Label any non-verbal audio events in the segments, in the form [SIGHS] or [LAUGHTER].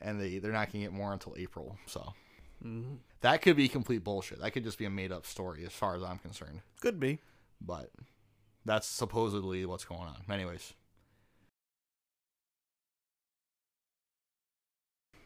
and they they're not gonna get more until April. So Mm-hmm. that could be complete bullshit. That could just be a made up story, as far as I'm concerned. Could be. But that's supposedly what's going on. Anyways,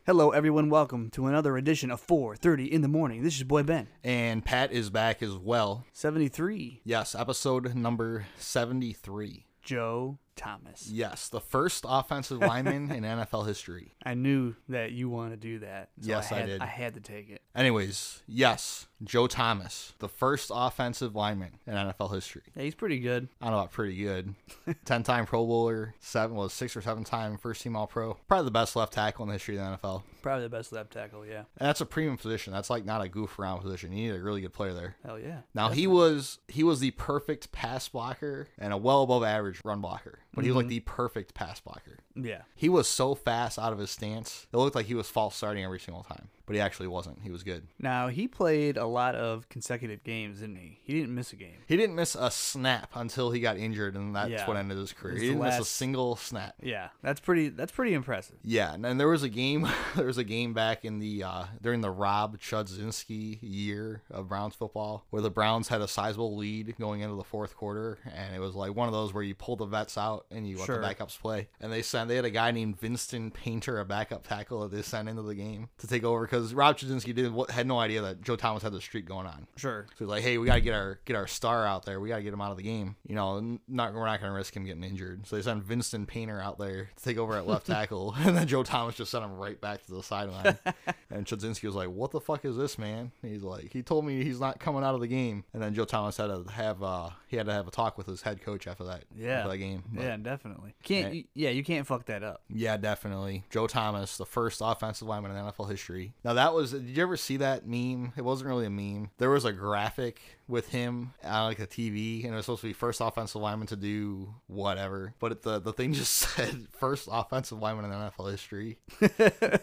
Hello, everyone. Welcome to another edition of 4:30 in the morning. This is your boy Ben. and Pat is back as well. 73. Yes, episode number seventy three. Joe Thomas. Yes, the first offensive lineman in NFL history. I knew that you want to do that. so Yes, I had, did. I had to take it. Anyways, yes, Joe Thomas, the first offensive lineman in NFL history. Yeah, he's pretty good. I don't know about pretty good. 10 time Pro Bowler, seven was six or seven time first team All Pro. Probably the best left tackle in the history of the NFL. Probably the best left tackle. Yeah. And that's a premium position. That's like not a goof around position. You need a really good player there. Hell yeah. Now he was he was the perfect pass blocker and a well above average run blocker. But he was like Mm-hmm. the perfect pass blocker. Yeah. He was so fast out of his stance. It looked like he was false starting every single time, but he actually wasn't. He was good. Now he played a lot of consecutive games, didn't he? He didn't miss a game. He didn't miss a snap until he got injured, and that's Yeah. what ended his career. It's He the didn't miss a last- single snap. Yeah, that's pretty. That's pretty impressive. Yeah, and, and there was a game. [LAUGHS] there was a game back in the uh, during the Rob Chudzinski year of Browns football, where the Browns had a sizable lead going into the fourth quarter, and it was like one of those where you pull the vets out and you let Sure. the backups play. And they sent they had a guy named Vinston Painter, a backup tackle, that they sent into the game to take over because Rob Chudzinski did not had no idea that Joe Thomas had the streak going on. Sure. So he's like, hey, we gotta get our get our star out there. We gotta get him out of the game. You know, n- not we're not gonna risk him getting injured. So they send Vincent Painter out there to take over at [LAUGHS] left tackle, [LAUGHS] and then Joe Thomas just sent him right back to the sideline. and Chudzinski was like, "What the fuck is this, man?" And he's like, "He told me he's not coming out of the game." And then Joe Thomas had to have uh he had to have a talk with his head coach after that Yeah. after that game. But- yeah, definitely. Can't. Yeah. you- Yeah, you can't fuck that up. yeah, definitely. Joe Thomas, the first offensive lineman in NFL history. Now that was did you ever see that meme? It wasn't really a meme. There was a graphic with him on like the TV and it was supposed to be first offensive lineman to do whatever. But it, the the thing [LAUGHS] just said first offensive lineman in NFL [LAUGHS] history.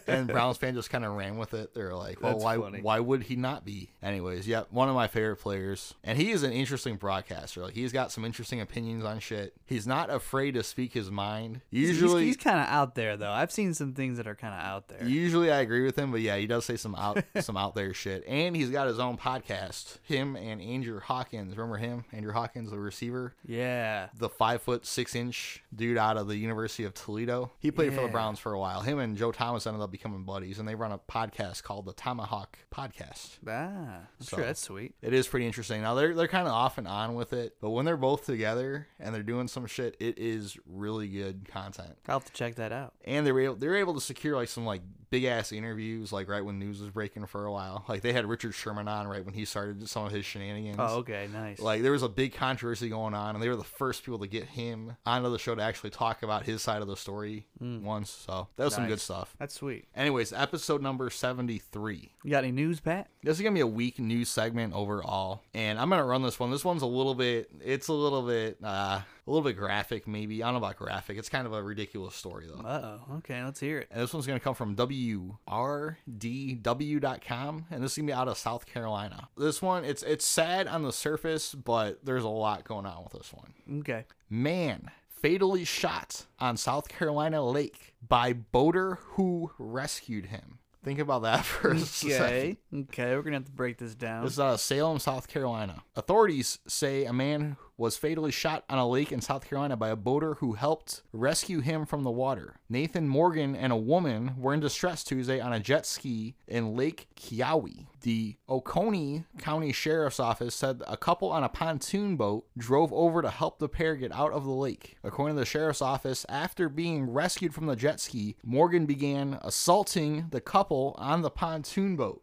and Browns fan just kind of ran with it. They're like, "Well, That's why funny. why would he not be?" Anyways, yeah, one of my favorite players, and he is an interesting broadcaster. Like he's got some interesting opinions on shit. He's not afraid to speak his mind. He's- Usually he's, kind of out there though. I've seen some things that are kind of out there. Usually I agree with him, but yeah, he does say some out some out there shit. And he's got his own podcast. Him and Andrew Hawkins. Remember him? Andrew Hawkins, the receiver, yeah. the five foot six inch dude out of the University of Toledo. He played for the Yeah. Browns for a while. Him and Joe Thomas ended up becoming buddies, and they run a podcast called the Tomahawk Podcast. Ah, I'm So- sure that's sweet. It is pretty interesting. Now they're they're kind of off and on with it, but when they're both together and they're doing some shit, it is really good content. I'll have to check that out. and they were able, they were able to secure like some like big ass interviews like right when news was breaking for a while. [LAUGHS] Like they had Richard Sherman on right when he started some of his shenanigans. Oh, okay, nice. Like there was a big controversy going on, and they were the first people to get him onto the show to actually talk about his side of the story once. So that was some good Hmm. Nice. stuff. that's sweet. Anyways, episode number seventy three. You got any news, Pat? This is gonna be a weak news segment overall, and I'm gonna run this one. This one's a little bit, it's a little bit, uh, a little bit graphic maybe. I don't know about graphic. It's kind of a ridiculous story though. Uh oh. Okay, let's hear it. And this one's going to come from WRDW.com. And this is going to be out of South Carolina. This one, it's it's sad on the surface, but there's a lot going on with this one. [LAUGHS] Okay. Man fatally shot on South Carolina lake by boater who rescued him. Think about that [LAUGHS] for a second. Okay. Okay, we're gonna have to break this down. This is out of Salem, South Carolina. Authorities say a man was fatally shot on a lake in South Carolina by a boater who helped rescue him from the water. Nathan Morgan and a woman were in distress Tuesday on a jet ski in Lake Kiawi. The Oconee County Sheriff's Office said a couple on a pontoon boat drove over to help the pair get out of the lake. According to the sheriff's office, after being rescued from the jet ski, Morgan began assaulting the couple on the pontoon boat.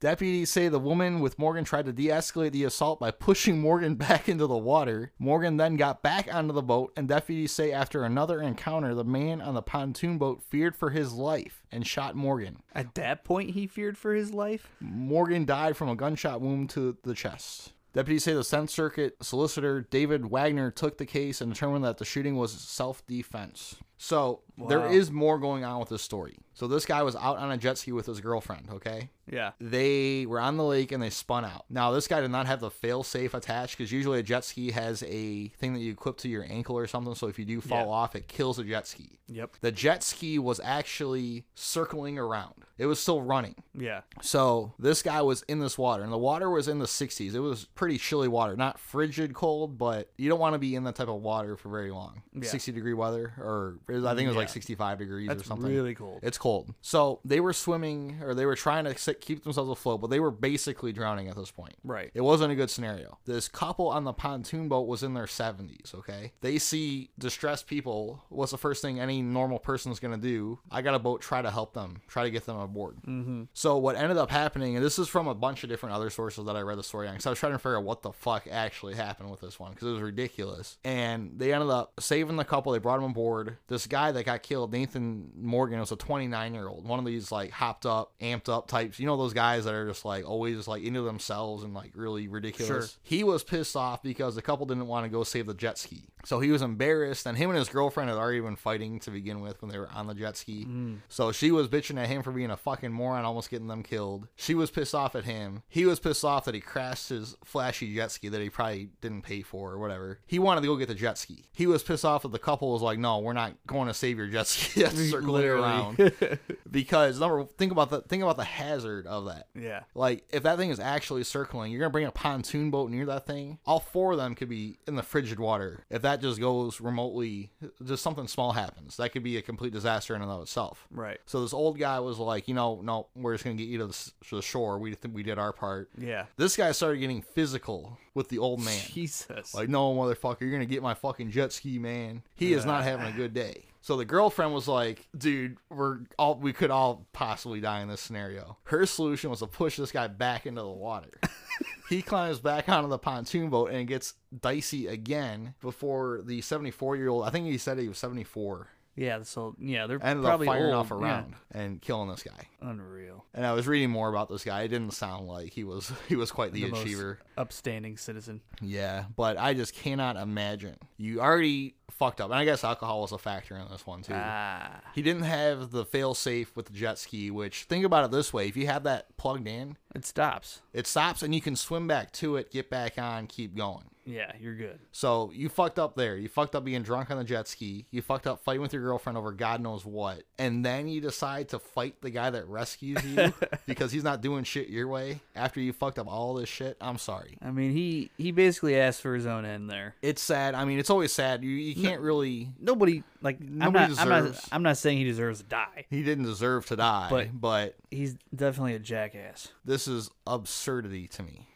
Deputies say the woman with Morgan tried to de escalate the assault by pushing Morgan [LAUGHS] back into the water. Morgan then got back onto the boat, and deputies say after another encounter, the man on the pontoon boat feared for his life and shot Morgan. At that point, he feared for his life. Morgan died from a gunshot wound to the chest. Deputies say the 10th Circuit solicitor David Wagner took the case and determined that the shooting was self defense. So there Wow. is more going on with this story. So this guy was out on a jet ski with his girlfriend, okay? Yeah. They were on the lake and they spun out. Now, this guy did not have the fail safe attached because usually a jet ski has a thing that you equip to your ankle or something. So if you do fall Yeah. off, it kills the jet ski. Yep. The jet ski was actually circling around, it was still running. Yeah. So this guy was in this water, and the water was in the 60s. It was pretty chilly water, not frigid cold, but you don't want to be in that type of water for very long. Yeah. 60 degree weather, or it was- I think it was like Yeah. 65 degrees or That's something. really cold. It's cold. So they were swimming, or they were trying to sit- keep themselves afloat, but they were basically drowning at this point. Right. It wasn't a good scenario. This couple on the pontoon boat was in their 70s, okay? They see distressed people. What's the first thing any normal person is going to do? I got a boat, try to help them, try to get them aboard. Mm-hmm. So, what ended up happening, and this is from a bunch of different other sources that I read the story on, because I was trying to figure out what the fuck actually happened with this one, because it was ridiculous. And they ended up saving the couple. They brought them aboard. This guy that got killed, Nathan Morgan, was a 29 year old, one of these like hopped up, amped up types. You know, those guys that are just like always like into themselves and like really ridiculous. Sure. He was pissed off because the couple didn't want to go save the jet ski. So he was embarrassed, and him and his girlfriend had already been fighting to begin with when they were on the jet ski. So she was bitching at him for being a fucking moron, almost getting them killed. She was pissed off at him. He was pissed off that he crashed his flashy jet ski that he probably didn't pay for or whatever. He wanted to go get the jet ski. He was pissed off that the couple was like, no, we're not going to save your jet ski. [LAUGHS] That's circling Literally. around. because, number, think about the think about the hazard of that. Yeah. Like, if that thing is actually circling, you're gonna bring a pontoon boat near that thing. All four of them could be in the frigid water. If that just goes remotely, just something small happens. That could be a complete disaster in and of itself. Right. So this old guy was like, you know, no, we're just gonna get you to the, s- to the shore. We th- we did our part. Yeah. This guy started getting physical with the old man. Jesus. Like, no, motherfucker, you're gonna get my fucking jet ski, man. He is not having a good day. So the girlfriend was like, dude, we're all we could all possibly die in this scenario. Her solution was to push this guy back into the water. [LAUGHS] he climbs back onto the pontoon boat and it gets dicey again before the 74 year old. I think he said he was 74. yeah. So yeah, they're Ended probably up firing old. off Yeah. around and killing this guy. Unreal. And I was reading more about this guy. It didn't sound like he was he was quite the, The most achiever. upstanding citizen. Yeah, but I just cannot imagine. You already fucked up. And I guess alcohol was a factor in this one, too. Ah. he didn't have the fail safe with the jet ski, which, think about it this way if you have that plugged in, It stops. it stops and you can swim back to it, get back on, keep going. Yeah, you're good. So you fucked up there. You fucked up being drunk on the jet ski. You fucked up fighting with your girlfriend over God knows what. And then you decide to fight the guy that rescues you because he's not doing shit your way after you fucked up all this shit. I'm sorry. I mean, he he basically asked for his own end there. It's sad. I mean, it's always sad. You, you can't really Nobody like I'm Nobody not, I'm not deserves- I'm not saying he deserves to die. he didn't deserve to die, but, But- He's definitely a jackass. this is absurdity to [LAUGHS] me.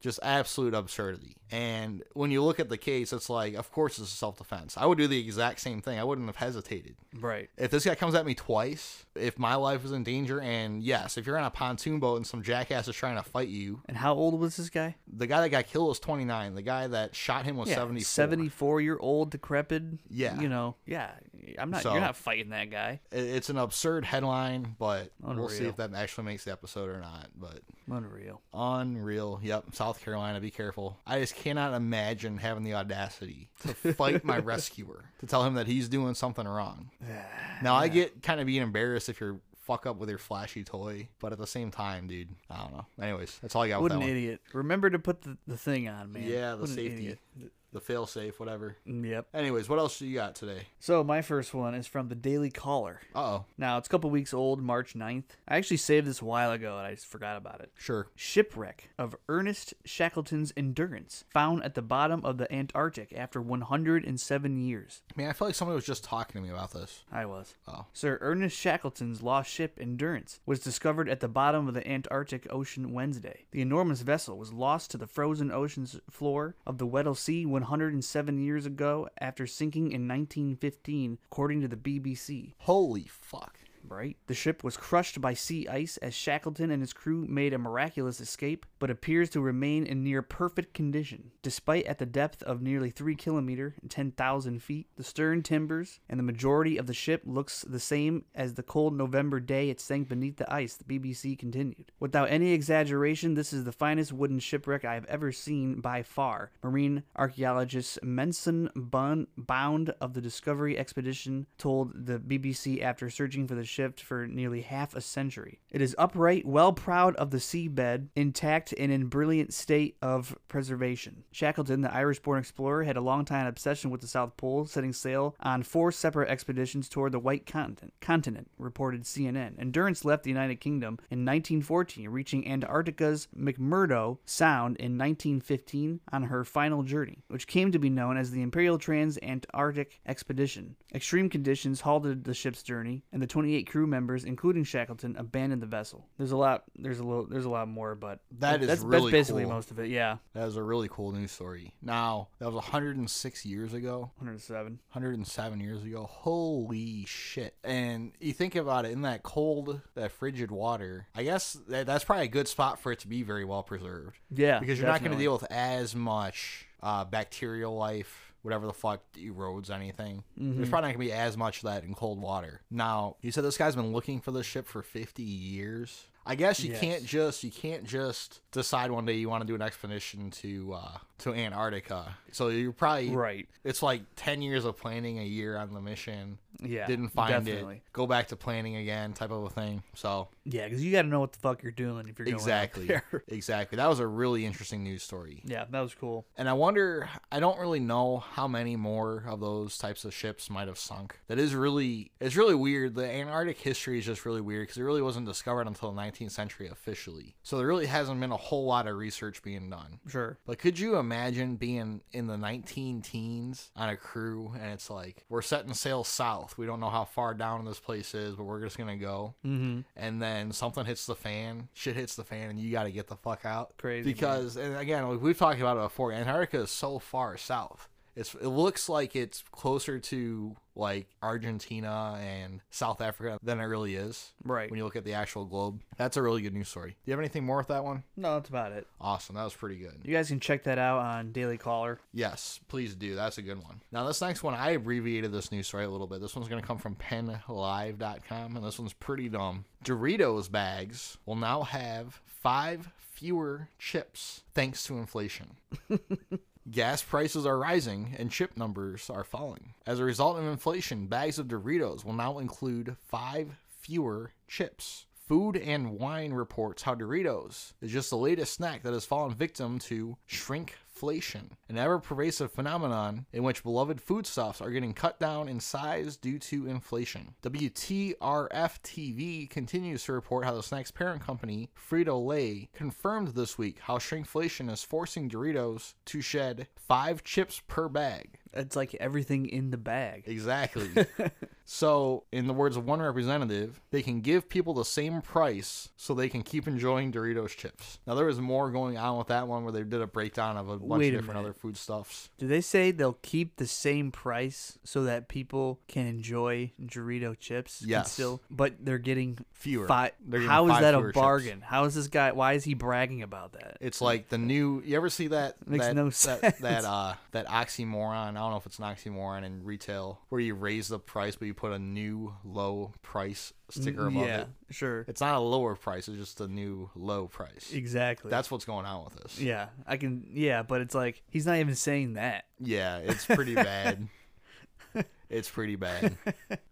Just absolute absurdity. And when you look at the case, it's like, of course, it's self defense. I would do the exact same thing. I wouldn't have hesitated. Right. If this guy comes at me twice, if my life is in danger, and yes, if you're on a pontoon boat and some jackass is trying to fight you, And how old was this guy? the guy that got killed was 29. The guy that shot him was 74. 74 year old decrepit. Yeah. You know. Yeah. I'm not So- you're not fighting that guy. It- It's an absurd headline, but we'll see Unreal. if that actually makes the episode or not. But Unreal. Unreal. Yep. South Carolina, be careful. I just cannot imagine having the audacity to fight my rescuer to tell him that he's doing something wrong. Now, I get kind of being embarrassed if you're fuck up with your flashy toy, but at the same time, dude, I don't know. Anyways, that's all I got What with an that one. idiot. Remember to put the, the thing on, man. Yeah, the What an safety, idiot. the fail safe, whatever. Yep. Anyways, what else do you got today? So my first one is from the Daily Caller. Uh oh. Now, it's a couple weeks old, March 9th. I actually saved this a while ago and I just forgot about it. Sure. Shipwreck of Ernest Shackleton's Endurance, found at the bottom of the Antarctic after 107 years. Man, I feel like somebody was just talking to me about this. I was. Oh. Sir Ernest Shackleton's lost ship Endurance was discovered at the bottom of the Antarctic Ocean Wednesday. The enormous vessel was lost to the frozen ocean's floor of the Weddell Sea 107 years ago after sinking in 1915, according to the BBC. Holy fuck. right? The ship was crushed by sea ice as Shackleton and his crew made a miraculous escape, but appears to remain in near perfect condition. Despite at the depth of nearly 3 kilometer, 10,000 feet, the stern timbers and the majority of the ship looks the same as the cold November day it sank beneath the ice, the BBC continued. Without any exaggeration, this is the finest wooden shipwreck I have ever seen by far. Marine archaeologist Menson Bun- Bound of the Discovery Expedition told the BBC after searching for the ship for nearly half a century. It is upright, well proud of the seabed, intact, and in brilliant state of preservation. Shackleton, the Irish born explorer, had a long time obsession with the South Pole, setting sail on four separate expeditions toward the White Continent, continent reported CNN. Endurance left the United Kingdom in 1914, reaching Antarctica's McMurdo Sound in 1915 on her final journey, which came to be known as the Imperial Trans Antarctic Expedition. Extreme conditions halted the ship's journey, and the 28 crew members, including Shackleton, abandoned the vessel. There's a lot. There's a little. There's a lot more, but That is that's, really that's basically cool. most of it. Yeah, That was a really cool news story. Now, that was 106 years ago, 107. 107 years ago. Holy shit. And you think about it in that cold, that frigid water, I guess that, that's probably a good spot for it to be very well preserved Yeah, because you're not going to definitely. deal with as much uh, bacterial life, whatever the fuck erodes anything. Mm-hmm. There's probably not going to be as much of that in cold water. Now, you said this guy's been looking for this ship for 50 years. I guess you Yes. can't just you can't just decide one day you want to do an expedition to uh, to Antarctica. So you're probably Right. It's like ten years of planning a year on the mission. Yeah, Didn't find definitely. it. Go back to planning again, type of a thing. So Yeah, because you got to know what the fuck you're doing if you're going out exactly, there. [LAUGHS] exactly. That was a really interesting news story. Yeah, that was cool. And I wonder, I don't really know how many more of those types of ships might have sunk. That is really, it's really weird. The Antarctic history is just really weird because it really wasn't discovered until the 19th century officially. So there really hasn't been a whole lot of research being done. Sure. But could you imagine being in the 19 teens on a crew and it's like, we're setting sail south. We don't know how far down this place is, but we're just going to go. Mm-hmm. And then something hits the fan, shit hits the fan, and you got to get the fuck out. Crazy, man. Because, and again, like we've talked about it before, Antarctica is so far south. It's, it looks like it's closer to like Argentina and South Africa than it really is. Right. When you look at the actual globe, that's a really good news story. Do you have anything more with that one? No, that's about it. Awesome. That was pretty good. You guys can check that out on Daily Caller. Yes, please do. That's a good one. Now, this next one, I abbreviated this news story a little bit. This one's going to come from penlive.com, and this one's pretty dumb. Doritos bags will now have five fewer chips thanks to inflation. Gas prices are rising and chip numbers are falling. As a result of inflation, bags of Doritos will now include five fewer chips. Food and Wine reports how Doritos is just the latest snack that has fallen victim to shrinkflation, an ever pervasive phenomenon in which beloved foodstuffs are getting cut down in size due to inflation. WTRF TV continues to report how the snack's parent company, Frito Lay, confirmed this week how shrinkflation is forcing Doritos to shed five chips per bag. It's like everything in the bag. [LAUGHS] Exactly. so, in the words of one representative, they can give people the same price so they can keep enjoying Doritos chips. Now, there was more going on with that one where they did a breakdown of a bunch Wait of a different minute. other foodstuffs. Do they say they'll keep the same price so that people can enjoy Dorito chips? and Yes. Still, but they're getting Fewer. Five, They're getting how is five that fewer a chips. bargain? How is this guy? Why is he bragging about that? It's like the new. You ever see that? Makes that, no That, sense. that uh, that oxymoron. I don't know if it's an oxymoron in retail where you raise the price but you put a new low price sticker above yeah, it. sure, It's not a lower price. It's just a new low price. exactly. That's what's going on with this. yeah, I can. Yeah, but it's like he's not even saying that. Yeah, it's pretty bad. [LAUGHS] It's pretty bad.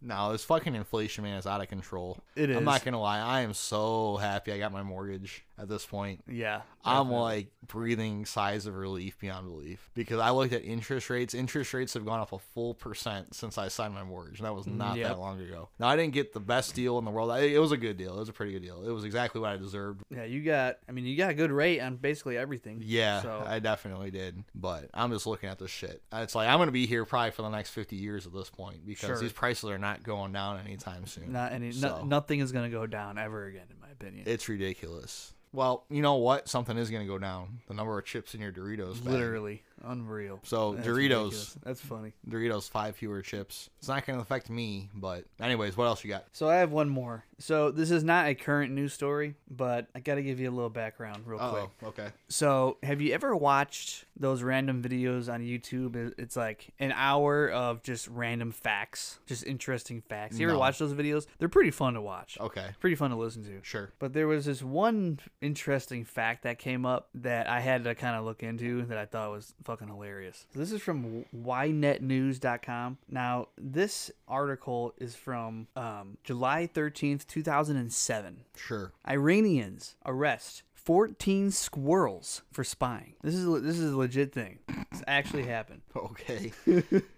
no, this fucking inflation, man, is out of control. It I'm not is. gonna lie. I am so happy I got my mortgage at this point. Yeah, I'm like breathing sighs of relief beyond belief because I looked at interest rates. Interest rates have gone up a full percent since I signed my mortgage, and that was not Mm, Yep. that long ago. Now I didn't get the best deal in the world. I- It was a good deal. It was a pretty good deal. It was exactly what I deserved. Yeah, you got. I mean, you got a good rate on basically everything. Yeah, So I definitely did. But I'm just looking at this shit. It's like I'm gonna be here probably for the next 50 years at this point because Sure. these prices are not going down anytime soon. not any. So. No, nothing is gonna go down ever again, in my opinion. It's ridiculous. Well, you know what? Something is gonna go down. The number of chips in your Doritos. Bag. Literally. Unreal. So That's Doritos. ridiculous. That's funny. Doritos five fewer chips. It's not going to affect me, but anyways, what else you got? So I have one more. So this is not a current news story, but I got to give you a little background real quick. Oh, okay. So, have you ever watched those random videos on YouTube? It- It's like an hour of just random facts, just interesting facts. You ever No. Oh. watch those videos? They're pretty fun to watch. Okay. Pretty fun to listen to. Sure. But there was this one interesting fact that came up that I had to kind of look into that I thought was fucking hilarious. So this is from ynetnews.com. Now, this article is from um, July 13th, 2007. Sure. [LAUGHS] Iranians arrest 14 squirrels for spying. This is this is a legit thing. This actually happened. Okay.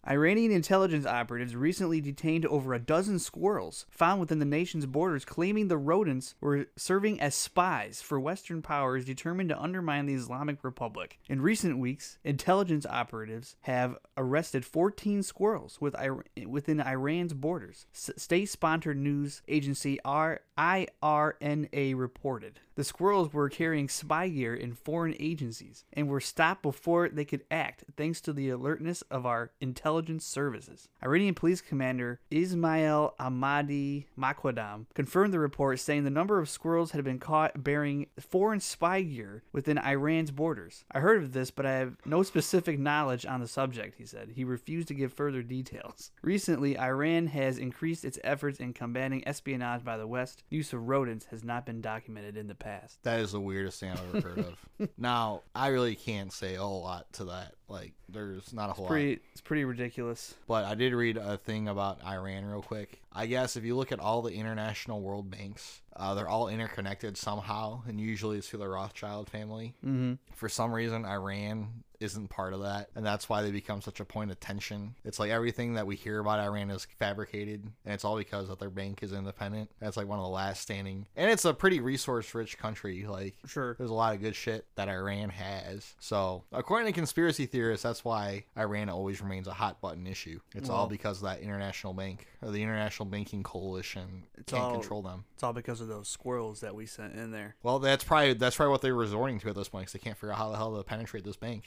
Iranian intelligence operatives recently detained over a dozen squirrels found within the nation's borders, claiming the rodents were serving as spies for Western powers determined to undermine the Islamic Republic. In recent weeks, intelligence operatives have arrested 14 squirrels with Ir- within Iran's borders, s- state-sponsored news agency R- IRNA reported. The squirrels were carrying spy gear in foreign agencies and were stopped before they could act thanks to the alertness of our intelligence services. Iranian police commander Ismail Ahmadi Makwadam confirmed the report, saying the number of squirrels had been caught bearing foreign spy gear within Iran's borders. I heard of this, but I have no specific knowledge on the subject, he said. He refused to give further details. [LAUGHS] Recently, Iran has increased its efforts in combating espionage by the West. Use of rodents has not been documented in the past. That is the weirdest thing I've ever heard of. [LAUGHS] Now, I really can't say a whole lot to that. Like, there's not a whole lot. Pretty, it's pretty ridiculous. But I did read a thing about Iran real quick. I guess if you look at all the international world banks, uh, they're all interconnected somehow, and usually it's through the Rothschild family. Mm-hmm. For some reason, Iran isn't part of that, and that's why they become such a point of tension. It's like everything that we hear about Iran is fabricated, and it's all because that their bank is independent. That's like one of the last standing, and it's a pretty resource-rich country. Like, Sure. there's a lot of good shit that Iran has. So, according to conspiracy theorists, that's why Iran always remains a hot button issue. It's all because of that international bank or the international banking coalition can't all- control them. It's all because of those squirrels that we sent in there. Well, that's probably that's probably what they're resorting to at this point because they can't figure out how the hell to penetrate this [LAUGHS] bank.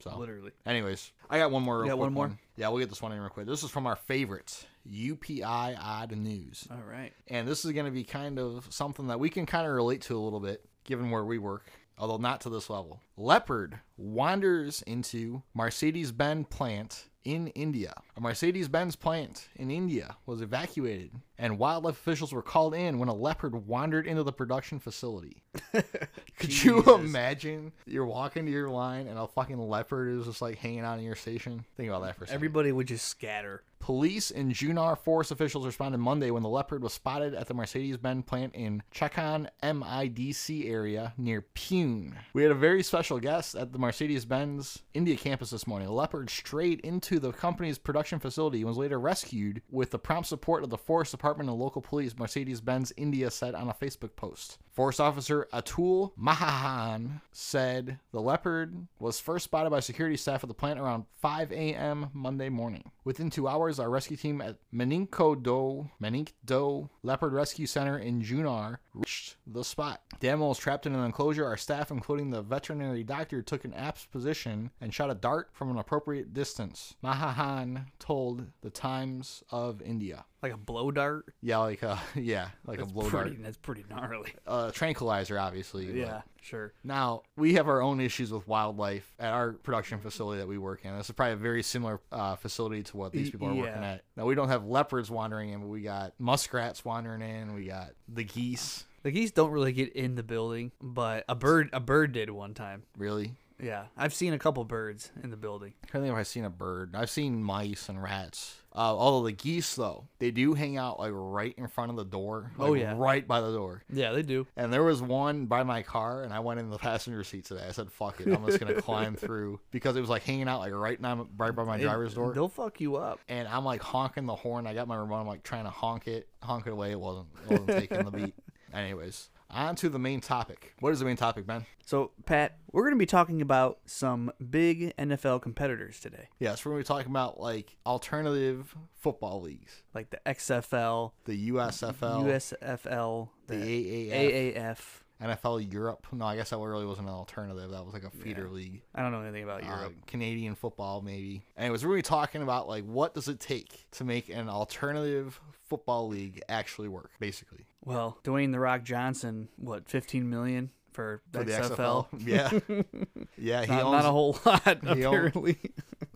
So, Literally. anyways, I got one more. Real got quick one more? Yeah, we'll get this one in real quick. This is from our favorites, UPI Odd News. All right. And this is going to be kind of something that we can kind of relate to a little bit, given where we work, although not to this level. Leopard wanders into Mercedes Benz plant in India. A Mercedes Benz plant in India was evacuated, and wildlife officials were called in when a leopard wandered into the production facility. Could you Jesus. imagine you're walking to your line and a fucking leopard is just like hanging out in your station? Think about that for a second. Everybody would just scatter. Police and Junar force officials responded Monday when the leopard was spotted at the Mercedes Benz plant in Chakan MIDC area near Pune. We had a very special guest at the Mercedes Benz India campus this morning. The leopard strayed into the company's production facility and was later rescued with the prompt support of the Forest Department and local police, Mercedes Benz India said on a Facebook post. Forest Officer Atul Mahahan said the leopard was first spotted by security staff at the plant around 5 a.m. Monday morning. Within two hours, our rescue team at Meninko Do, Menink Do Leopard Rescue Center in Junar reached the spot. The animal was trapped in an enclosure. Our staff, including the veterinary doctor, took an apt position and shot a dart from an appropriate distance. Mahahan told the Times of India. Like a blow dart. Yeah, like a [LAUGHS] yeah, like a blow pretty, dart. That's pretty gnarly. Uh, tranquilizer, obviously. but- [LAUGHS] Yeah, sure. now, we have our own issues with wildlife at our production facility that we work in. This is probably a very similar uh, facility to what these Y- people are working yeah. at. Now, we don't have leopards wandering in, but we got muskrats wandering in. We got the geese. The geese don't really get in the building, but a bird a bird did one time. Really? Yeah, I've seen a couple birds in the building. I can't think if I've seen a bird. I've seen mice and rats. Uh, although the geese, though, they do hang out like right in front of the door. Oh, like, yeah. Right by the door. Yeah, they do. And there was one by my car, and I went in the passenger seat today. I said, fuck it. I'm just [LAUGHS] going to climb through because it was like hanging out like right, now, right by my driver's door. They'll fuck you up. and I'm like honking the horn. I got my remote. I'm like trying to honk it, honk it away. It wasn't, it wasn't taking the [LAUGHS] beat. Anyways, on to the main topic. What is the main topic, Ben? So, Pat, we're going to be talking about some big NFL competitors today, Yeah, so we're gonna be talking about like alternative football leagues, like the XFL, the USFL, USFL, the the AAF, AAF, NFL Europe. No, I guess that really wasn't an alternative. That was like a feeder league. I don't know anything about Uh, Europe. Canadian football, maybe. And it was really talking about like what does it take to make an alternative football league actually work, basically. Well, Dwayne the Rock Johnson, what, 15 million for, For the XFL? XFL. Yeah. [LAUGHS] yeah, he Not, owns Uh, not a whole [LAUGHS] lot, he owns- apparently.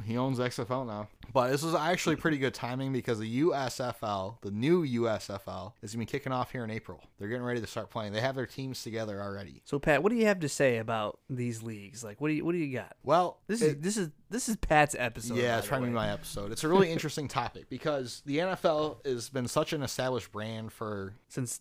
he owns XFL now. But this was actually pretty good timing because the USFL, the new USFL, is gonna be kicking off here in April. They're getting ready to start playing. They have their teams together already. So, Pat, what do you have to say about these leagues? Like, what do you what do you got? Well, This it- is this is this is Pat's episode. yeah, by it's the trying to be way. my episode. It's a really interesting topic because the NFL has been such an established brand for since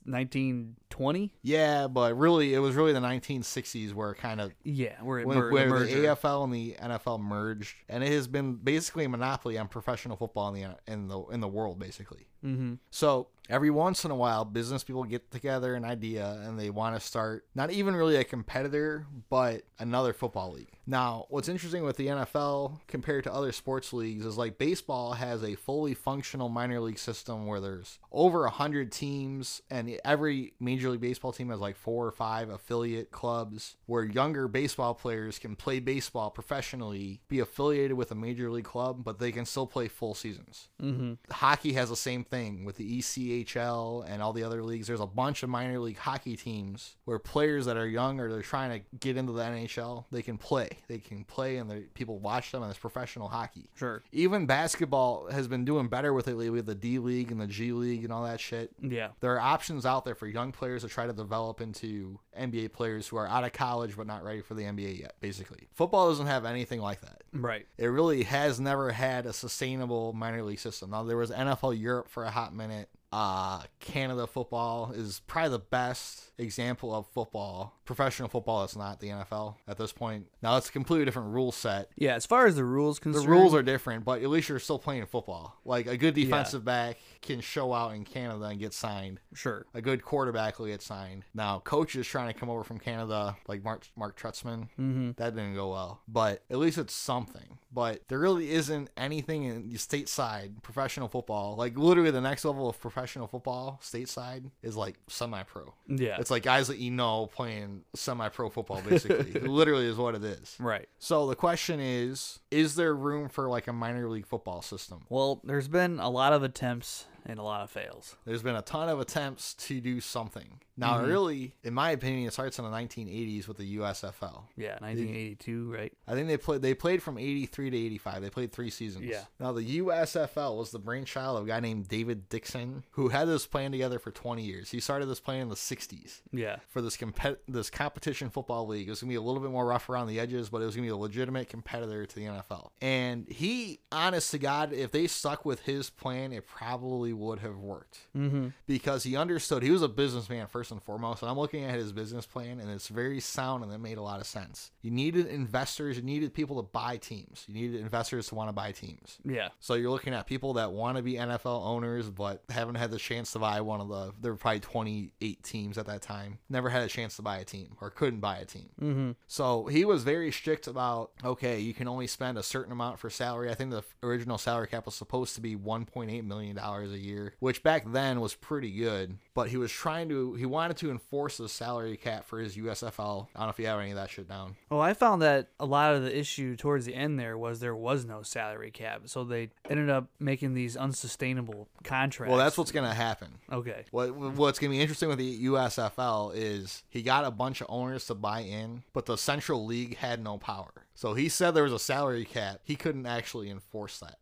1920. yeah, but really it was really the 1960s where it kind of Yeah, we're at when, mer- where merger. the AFL and the NFL merged, and it has been basically a monopoly on professional football in the in the in the world, basically. Mm-hmm. So every once in a while, business people get together an idea and they want to start not even really a competitor, but another football league. Now, what's interesting with the NFL compared to other sports leagues is like baseball has a fully functional minor league system where there's over a hundred teams, and every major league baseball team has like four or five affiliate clubs where younger baseball players can play baseball professionally, be affiliated with a major league club, but they can still play full seasons. Mm-hmm. Hockey has the same thing with the E ECHL and all the other leagues. There's a bunch of minor league hockey teams where players that are young or they're trying to get into the NHL, they can play. They can play, and they- people watch them, and it's professional hockey. Sure. Even basketball has been doing better with it lately with the D League and the G League and all that shit. Yeah. There are options out there for young players to try to develop into NBA players who are out of college but not ready for the NBA yet, basically. Football doesn't have anything like that. Right. It really has never had a sustainable minor league system. Now, there was NFL Europe for a hot minute. Uh, Canada football is probably the best example of football, professional football that's not the NFL at this point. Now, it's a completely different rule set. Yeah. As far as the rules The concerned, rules are different, but at least you're still playing football. Like a good defensive back can show out in Canada and get signed. sure. A good quarterback will get signed. Now, coaches trying to come over from Canada, like Mark Mark Trutzman, mm-hmm. that didn't go well. But at least it's something. But there really isn't anything in stateside professional football. Like literally, the next level of professional football stateside is like semi-pro. Yeah. It's like guys that you know playing semi-pro football. Basically, [LAUGHS] literally is what it is. right. So the question is, is there room for like a minor league football system? Well, there's been a lot of attempts and a lot of fails. There's been a ton of attempts to do something. Now, really, in my opinion, it starts in the 1980s with the USFL. Yeah. 1982. Right. I think they played they played from 83 to 85. They played 3 seasons. Yeah. Now, the USFL was the brainchild of a guy named David Dixon who had this plan together for 20 years. He started this plan in the 60s. Yeah. for this compet- this competition football league. It was gonna be a little bit more rough around the edges, but it was gonna be a legitimate competitor to the NFL. And he, honest to God, if they stuck with his plan, it probably would have worked mm-hmm. because he understood he was a businessman first and foremost. And I'm looking at his business plan, and it's very sound and it made a lot of sense. You needed investors, you needed people to buy teams, you needed investors to want to buy teams. Yeah. So you're looking at people that want to be NFL owners but haven't had the chance to buy one of the there were probably 28 teams at that time. Never had a chance to buy a team or couldn't buy a team. Mm-hmm. So he was very strict about okay, you can only spend a certain amount for salary. I think the original salary cap was supposed to be 1.8 million dollars a year, which back then was pretty good. But he was trying to he wanted to enforce the salary cap for his USFL. I don't know if you have any of that shit down. Well, I found that a lot of the issue towards the end there was there was no salary cap, so they ended up making these unsustainable contracts. Well, that's what's gonna happen. okay. What what's gonna be interesting with the USFL is he got a bunch of owners to buy in, but the Central League had no power. So he said there was a salary cap. He couldn't actually enforce that.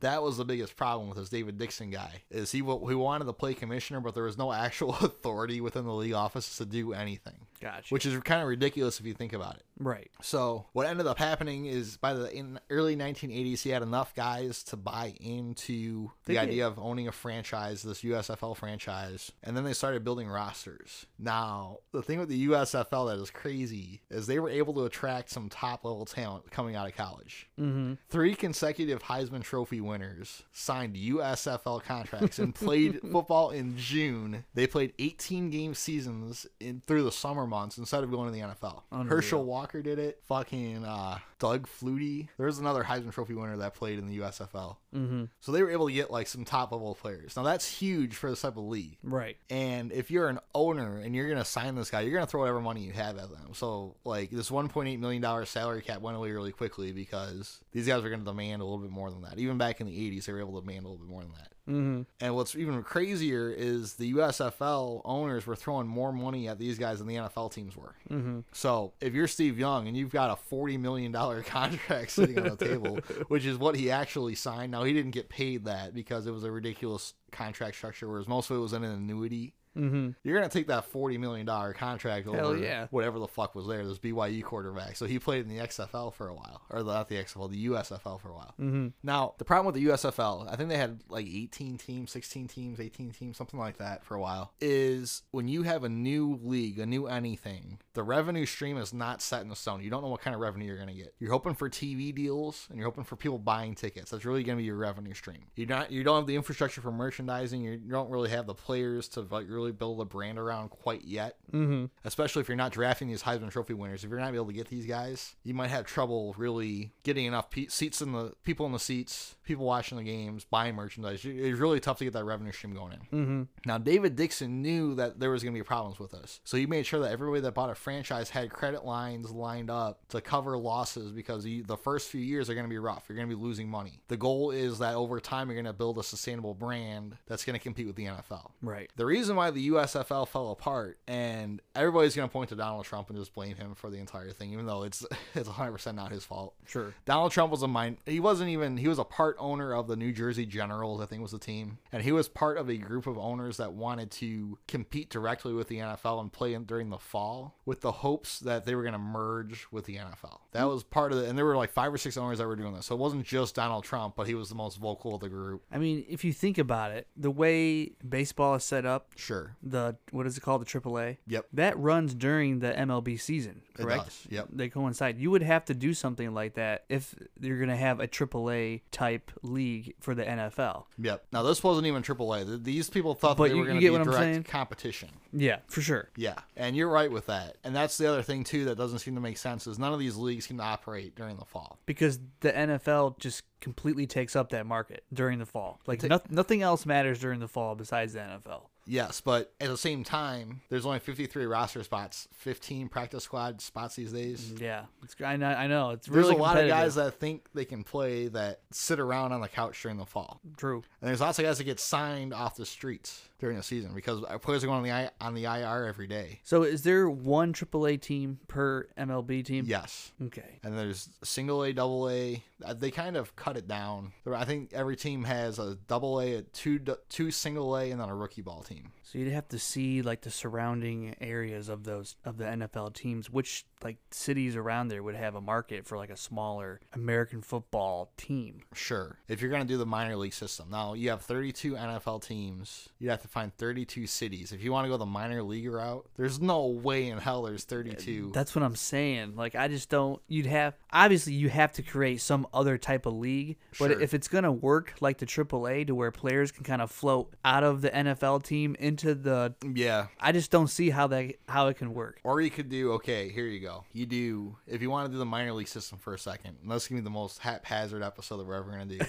That was the biggest problem with this David Dixon guy. Is he wa- he wanted to play commissioner, but there was no actual [LAUGHS] authority within the league office to do anything, Gotcha. which is kind of ridiculous if you think about it. right. So what ended up happening is by the in early 1980s, he had enough guys to buy into the They did. idea of owning a franchise, this USFL franchise, and then they started building rosters. Now the thing with the USFL that is crazy is they were able to attract some top level talent coming out of college. Mm-hmm. Three consecutive Heisman Trophy winners signed USFL [LAUGHS] contracts and played football in June. They played 18 game seasons in through the summer summer months instead of going to the NFL. Unreal. Herschel Walker did it. Fucking uh, Doug Flutie. There's another Heisman Trophy winner that played in the USFL. Mm-hmm. So they were able to get like some top level players. Now that's huge for this type of league. Right. And if you're an owner and you're going to sign this guy, you're going to throw whatever money you have at them. So, like, this $1.8 million salary cap went away really quickly because these guys are going to demand a little bit more than that. Even back in the 80s, they were able to demand a little bit more than that. Mm-hmm. And what's even crazier is the USFL owners were throwing more money at these guys than the NFL teams were. Mm-hmm. So if you're Steve Young and you've got a forty million dollar [LAUGHS] contract sitting on the [LAUGHS] table, which is what he actually signed. Now he didn't get paid that because it was a ridiculous contract structure, whereas most of it was in an annuity. Mm-hmm. You're gonna take that forty million dollar contract Hell over yeah. whatever the fuck was there. This BYU quarterback, so he played in the XFL for a while, or not the XFL, the USFL for a while. Mm-hmm. Now, the problem with the USFL, I think they had like 18 teams, 16 teams, 18 teams, something like that for a while, is when you have a new league, a new anything, the revenue stream is not set in stone. You don't know what kind of revenue you're going to get. You're hoping for TV deals and you're hoping for people buying tickets. That's really going to be your revenue stream. You're not you don't have the infrastructure for merchandising. You don't really have the players to like really build a brand around quite yet Mm-hmm. especially if you're not drafting these Heisman Trophy winners. If you're not able to get these guys, you might have trouble really getting enough pe- seats in the people in the seats, people watching the games, buying merchandise. You- It's really tough to get that revenue stream going in. Mm-hmm. Now, David Dixon knew that there was going to be problems with this, so he made sure that everybody that bought a franchise had credit lines lined up to cover losses because you, the first few years are going to be rough. You're going to be losing money. The goal is that over time you're going to build a sustainable brand that's going to compete with the NFL. Right. The reason why the USFL fell apart, and everybody's going to point to Donald Trump and just blame him for the entire thing, even though it's [LAUGHS] it's 100% not his fault. Sure. Donald Trump was a mind. He wasn't even. He was a part owner of the New Jersey Generals, I think was the team, and he was part of a group of owners that wanted to compete directly with the NFL and play in, during the fall with the hopes that they were going to merge with the NFL. That was part of it, and there were like five or six owners that were doing this. So it wasn't just Donald Trump, but he was the most vocal of the group. I mean, if you think about it, the way baseball is set up, Sure. the what is it called, the AAA? Yep. That runs during the MLB season, It correct? does, yep. They coincide. You would have to do something like that if you're going to have a AAA type league for the NFL. Yep. Now this wasn't even AAA. Th- These people thought But that they you- were you going to get be what I'm direct saying? competition. Yeah, for sure. Yeah, and you're right with that. And that's the other thing too that doesn't seem to make sense is none of these leagues can operate during the fall. Because the NFL just completely takes up that market during the fall. Like noth- nothing else matters during the fall besides the NFL. Yes, but at the same time, there's only 53 roster spots, 15 practice squad spots these days. Yeah, it's, I know. I know. It's There's Mm-hmm. really a lot of competitive. guys that think they can play that sit around on the couch during the fall. True. And there's lots of guys that get signed off the streets during the season because our players are going on the I- on the IR every day. So is there one AAA team per MLB team? Yes. Okay. and there's single A, double A. Uh, They kind of cut it down. There- I think every team has a double A, a two d- two single A, and then a rookie ball team. So you'd have to see like the surrounding areas of those of the NFL teams, which like cities around there would have a market for like a smaller American football team. Sure, if you're gonna do the minor league system, now you have 32 NFL teams. You have to find 32 cities. If you want to go the minor league route, there's no way in hell there's 32. That's what I'm saying. Like I just don't you'd have obviously you have to create some other type of league, but Sure. if it's going to work like the AAA to where players can kind of float out of the NFL team into the yeah, I just don't see how that how it can work. Or you could do okay. Here you go. You do if you want to do the minor league system for a second. And that's gonna be the most haphazard episode that we're ever gonna do.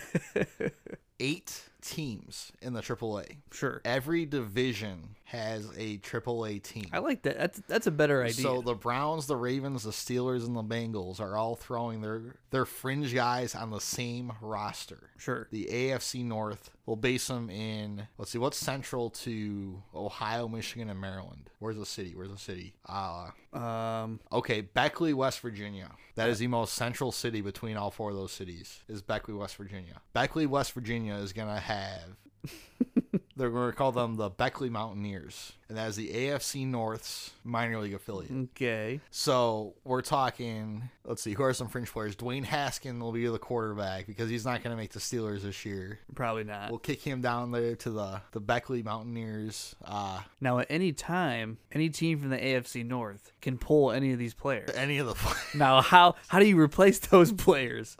Eight teams in the AAA. Sure. Every division has a AAA team. I like that. That's that's a better idea. so the Browns, the Ravens, the Steelers, and the Bengals are all throwing their their fringe guys on the same roster. sure. The AFC North will base them in. Let's see, what's central to Ohio, Michigan, and Maryland? Where's the city? Where's the city? Uh, Um, Okay, Beckley, West Virginia. That is the most central city between all four of those cities. Is Beckley, West Virginia. Beckley, West Virginia is gonna have. they're gonna call them the Beckley Mountaineers, and that is the AFC North's minor league Mm. affiliate. okay. So we're talking. Let's see, who are some fringe players? Dwayne Haskin will be the quarterback because he's not gonna make the Steelers this year. Probably not. We'll kick him down there to the the Beckley Mountaineers. Uh, now, at any time, any team from the AFC North [LAUGHS] can pull any of these players. any of the. [LAUGHS] Now, how how do you replace those players?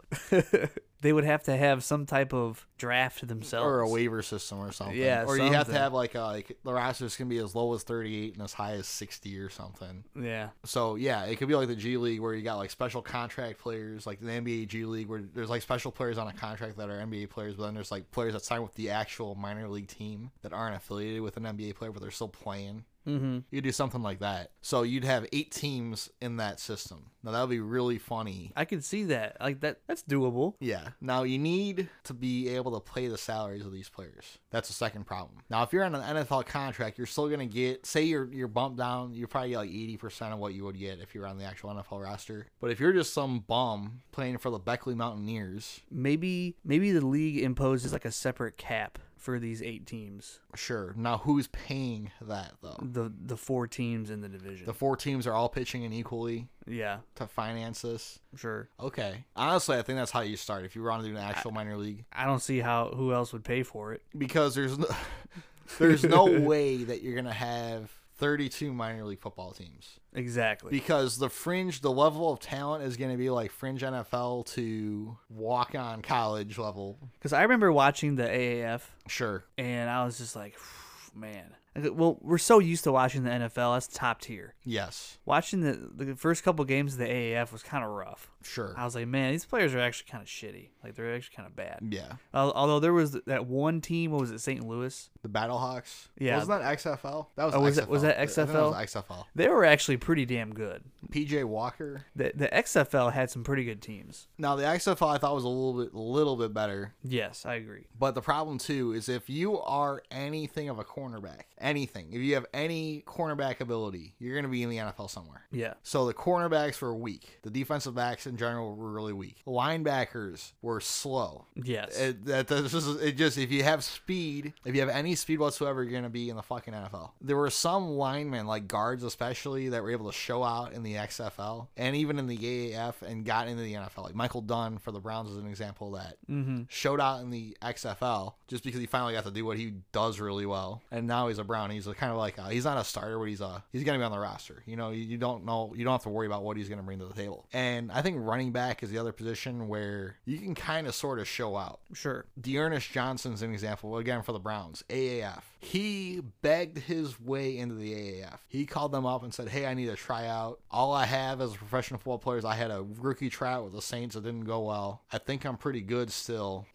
they would have to have some type of draft themselves. or a waiver system or something. Yeah, or you have to something. have like a, like the roster's can be as low as 38 and as high as 60 or something. Yeah. So yeah, it could be like the G League where you got like special contract players, like the NBA G League where there's like special players on a contract that are NBA players, but then there's like players that sign with the actual minor league team that aren't affiliated with an NBA player, but they're still playing. Mm-hmm. You do something like that. So you'd have eight teams in that system. Now that would be really funny. I could see that. Like that. That's doable. Yeah. Now you need to be able to play the salaries of these players. That's the second problem. Now if you're on an NFL contract, you're still gonna get say you're you're bumped down, you're probably like eighty percent of what you would get if you're on the actual NFL roster. But if you're just some bum playing for the Beckley Mountaineers, Maybe maybe the league imposes like a separate cap for these eight teams. sure. Now who's paying that though? The the four teams in the division. The four teams are all pitching in equally yeah, to finance this. sure. Okay. Honestly, I think that's how you start if you were on to do an actual minor league. I don't see how who else would pay for it. because there's no, [LAUGHS] there's no way that you're gonna have 32 minor league football teams Exactly. because the fringe the level of talent is gonna be like fringe NFL to walk on college level Because I remember watching the AAF sure and I was just like, [SIGHS] man. I go- Well, we're so used to watching the NFL. That's top tier. yes Watching the the first couple games of the AAF was kind of rough. sure I was like, man, these players are actually kind of shitty. Like they're actually kind of bad. yeah Al Although there was that one team. What was it? St. Louis. the Battlehawks Yeah. wasn't that XFL that was Oh, was XFL. that- was that I think XFL? was XFL They were actually pretty damn good. PJ Walker The the XFL had some pretty good teams. now the XFL I thought was a little bit little bit better Yes, I agree. But the problem too is if you are anything of a cornerback, anything, if you have any cornerback ability, you're going to be in the NFL somewhere. Yeah. So the cornerbacks were weak. The defensive backs in general were really weak. Linebackers were slow. Yes. It, that this is it. Just if you have speed, if you have any speed whatsoever, you're gonna be in the fucking NFL. There were some linemen, like guards especially, that were able to show out in the XFL and even in the AAF and got into the NFL. Like Michael Dunn for the Browns is an example of that mm-hmm. showed out in the XFL just because he finally got to do what he does really well. And now he's a Brown. He's a, kind of like a, he's not a starter, but he's a he's gonna be on the roster. You know, you, you don't know you don't have to worry about what he's gonna bring to the table. And I think running back is the other position where you can kind of sort of show out. Sure. Dearness Johnson's an example again for the Browns. AAF. He begged his way into the AAF. He called them up and said, "Hey, I need a tryout. All I have as a professional football player is I had a rookie tryout with the Saints. It didn't go well. I think I'm pretty good still.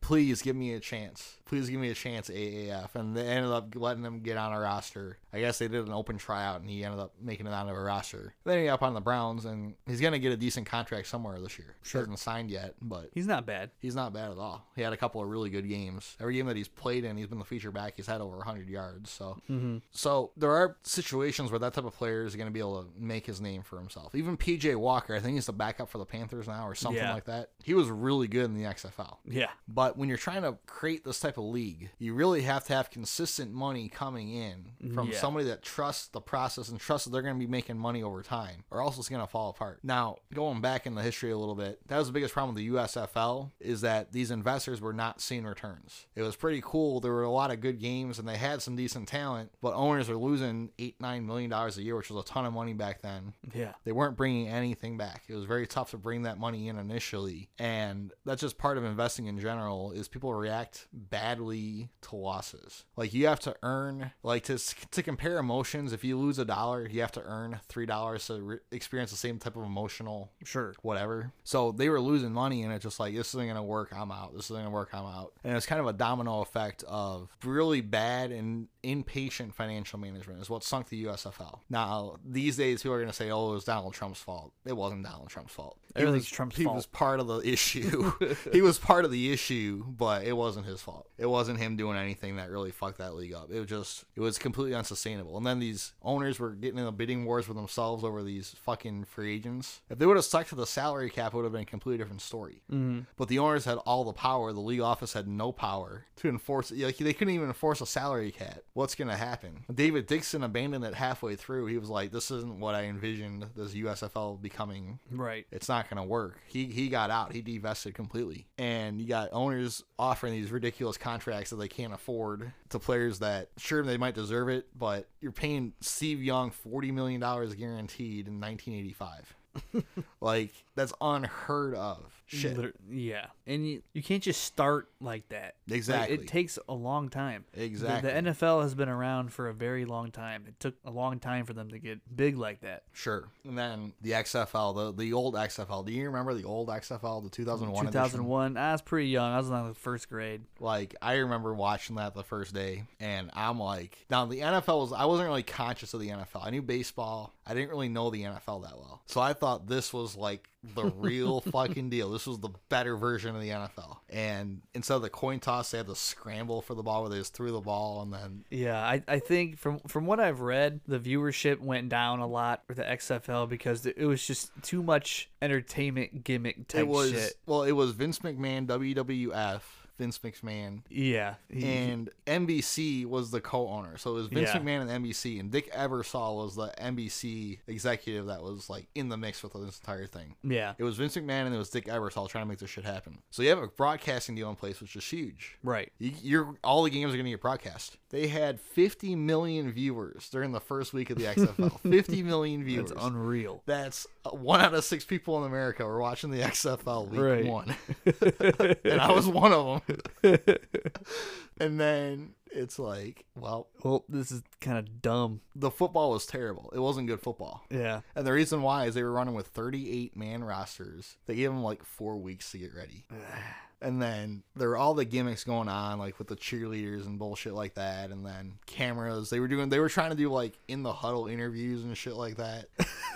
Please give me a chance. Please give me a chance, AAF." And they ended up letting him get on a roster. I guess they did an open tryout and he ended up making it onto a roster. Then he got up on the Browns and he's gonna get a decent contract somewhere this year. Sure. He hasn't signed yet, but He's not bad. He's not bad at all. He had a couple of really good games. Every game that he's played in, he's been the feature back. He's had over 100 yards. So, so there are situations where that type of player is going to be able to make his name for himself. Even PJ Walker, I think he's the backup for the Panthers now or something Yeah. like that. He was really good in the XFL. Yeah. But when you're trying to create this type of league, you really have to have consistent money coming in from Yeah. somebody that trusts the process and trusts that they're going to be making money over time, or else it's going to fall apart. Now, going back in the history a little bit, that was the biggest problem with the USFL is that these investors were not seeing returns. It was pretty cool. There were a lot of good games and they had some decent talent, but owners are losing eight, nine million dollars a year, which was a ton of money back then. Yeah. They weren't bringing anything back. It was very tough to bring that money in initially. And that's just part of investing in general is people react badly to losses. Like you have to earn like to to compare emotions, if you lose a dollar, you have to earn $3 to re- experience the same type of emotional Sure. whatever. So they were losing money, and it's just like, this isn't going to work. I'm out. This isn't going to work. I'm out. And it's kind of a domino effect of really bad and impatient financial management is what sunk the USFL. Now, these days, people are going to say, oh, it was Donald Trump's fault. It wasn't Donald Trump's fault. He Everything's was- Trump's he fault. was part of the issue. [LAUGHS] he was part of the issue, but it wasn't his fault. It wasn't him doing anything that really fucked that league up. It was just it was completely unsustainable. And then these owners were getting in the bidding wars with themselves over these fucking free agents. If they would have stuck to the salary cap, it would have been a completely different story. Mm-hmm. But the owners had all the power. The league office had no power to enforce it. Like they couldn't even enforce a salary cap. What's gonna happen? David Dixon abandoned it halfway through. He was like, "This isn't what I envisioned this USFL becoming." Right. it's not going to work. He he got out. He divested completely, and you got owners offering these ridiculous contracts that they can't afford to players that sure they might deserve it, but you're paying Steve Young forty million dollars guaranteed in 1985. like that's unheard of. shit. Liter- yeah, and you, you can't just start like that. Like, Exactly. it takes a long time. The- Exactly. The, NFL has been around for a very long time. It took a long time for them to get big like that. Sure. And then the XFL, the, the old XFL. Do you remember the old XFL, the 2001 edition? 2001. Ah, I was pretty young. I was in the first grade. Like I remember watching that the first day, and I'm like, now the NFL was I wasn't really conscious of the NFL. I knew baseball. I didn't really know the NFL that well, so I thought this was like the real [LAUGHS] fucking deal. This was the better version of the NFL. And instead of the coin toss, they had the scramble for the ball where they just threw the ball, and then Yeah, I, I think from from what I've read, the viewership went down a lot with the XFL because it was just too much entertainment gimmick type it was shit. well, it was Vince McMahon, WWF, Vince McMahon, Yeah, he- and NBC was the co-owner. So it was Vince Yeah. McMahon and NBC, and Dick Ebersol was the NBC executive that was like in the mix with this entire thing. yeah, It was Vince McMahon and it was Dick Ebersol trying to make this shit happen. So you have a broadcasting deal in place, which is huge. right. You, you're all the games are going to get broadcast. They had 50 million viewers during the first week of the [LAUGHS] XFL. 50 million viewers. It's [LAUGHS] unreal. That's uh, one out of six people in America were watching the XFL week Right. one, and I was one of them. [LAUGHS] and then it's like, well, Well, this is kind of dumb. the football was terrible. It wasn't good football, Yeah. and the reason why is they were running with 38 man rosters. They gave them like four weeks to get [SIGHS] ready, and then there were all the gimmicks going on, like with the cheerleaders and bullshit like that, and then cameras. They were doing, they were trying to do like in the huddle interviews and shit like [LAUGHS] that,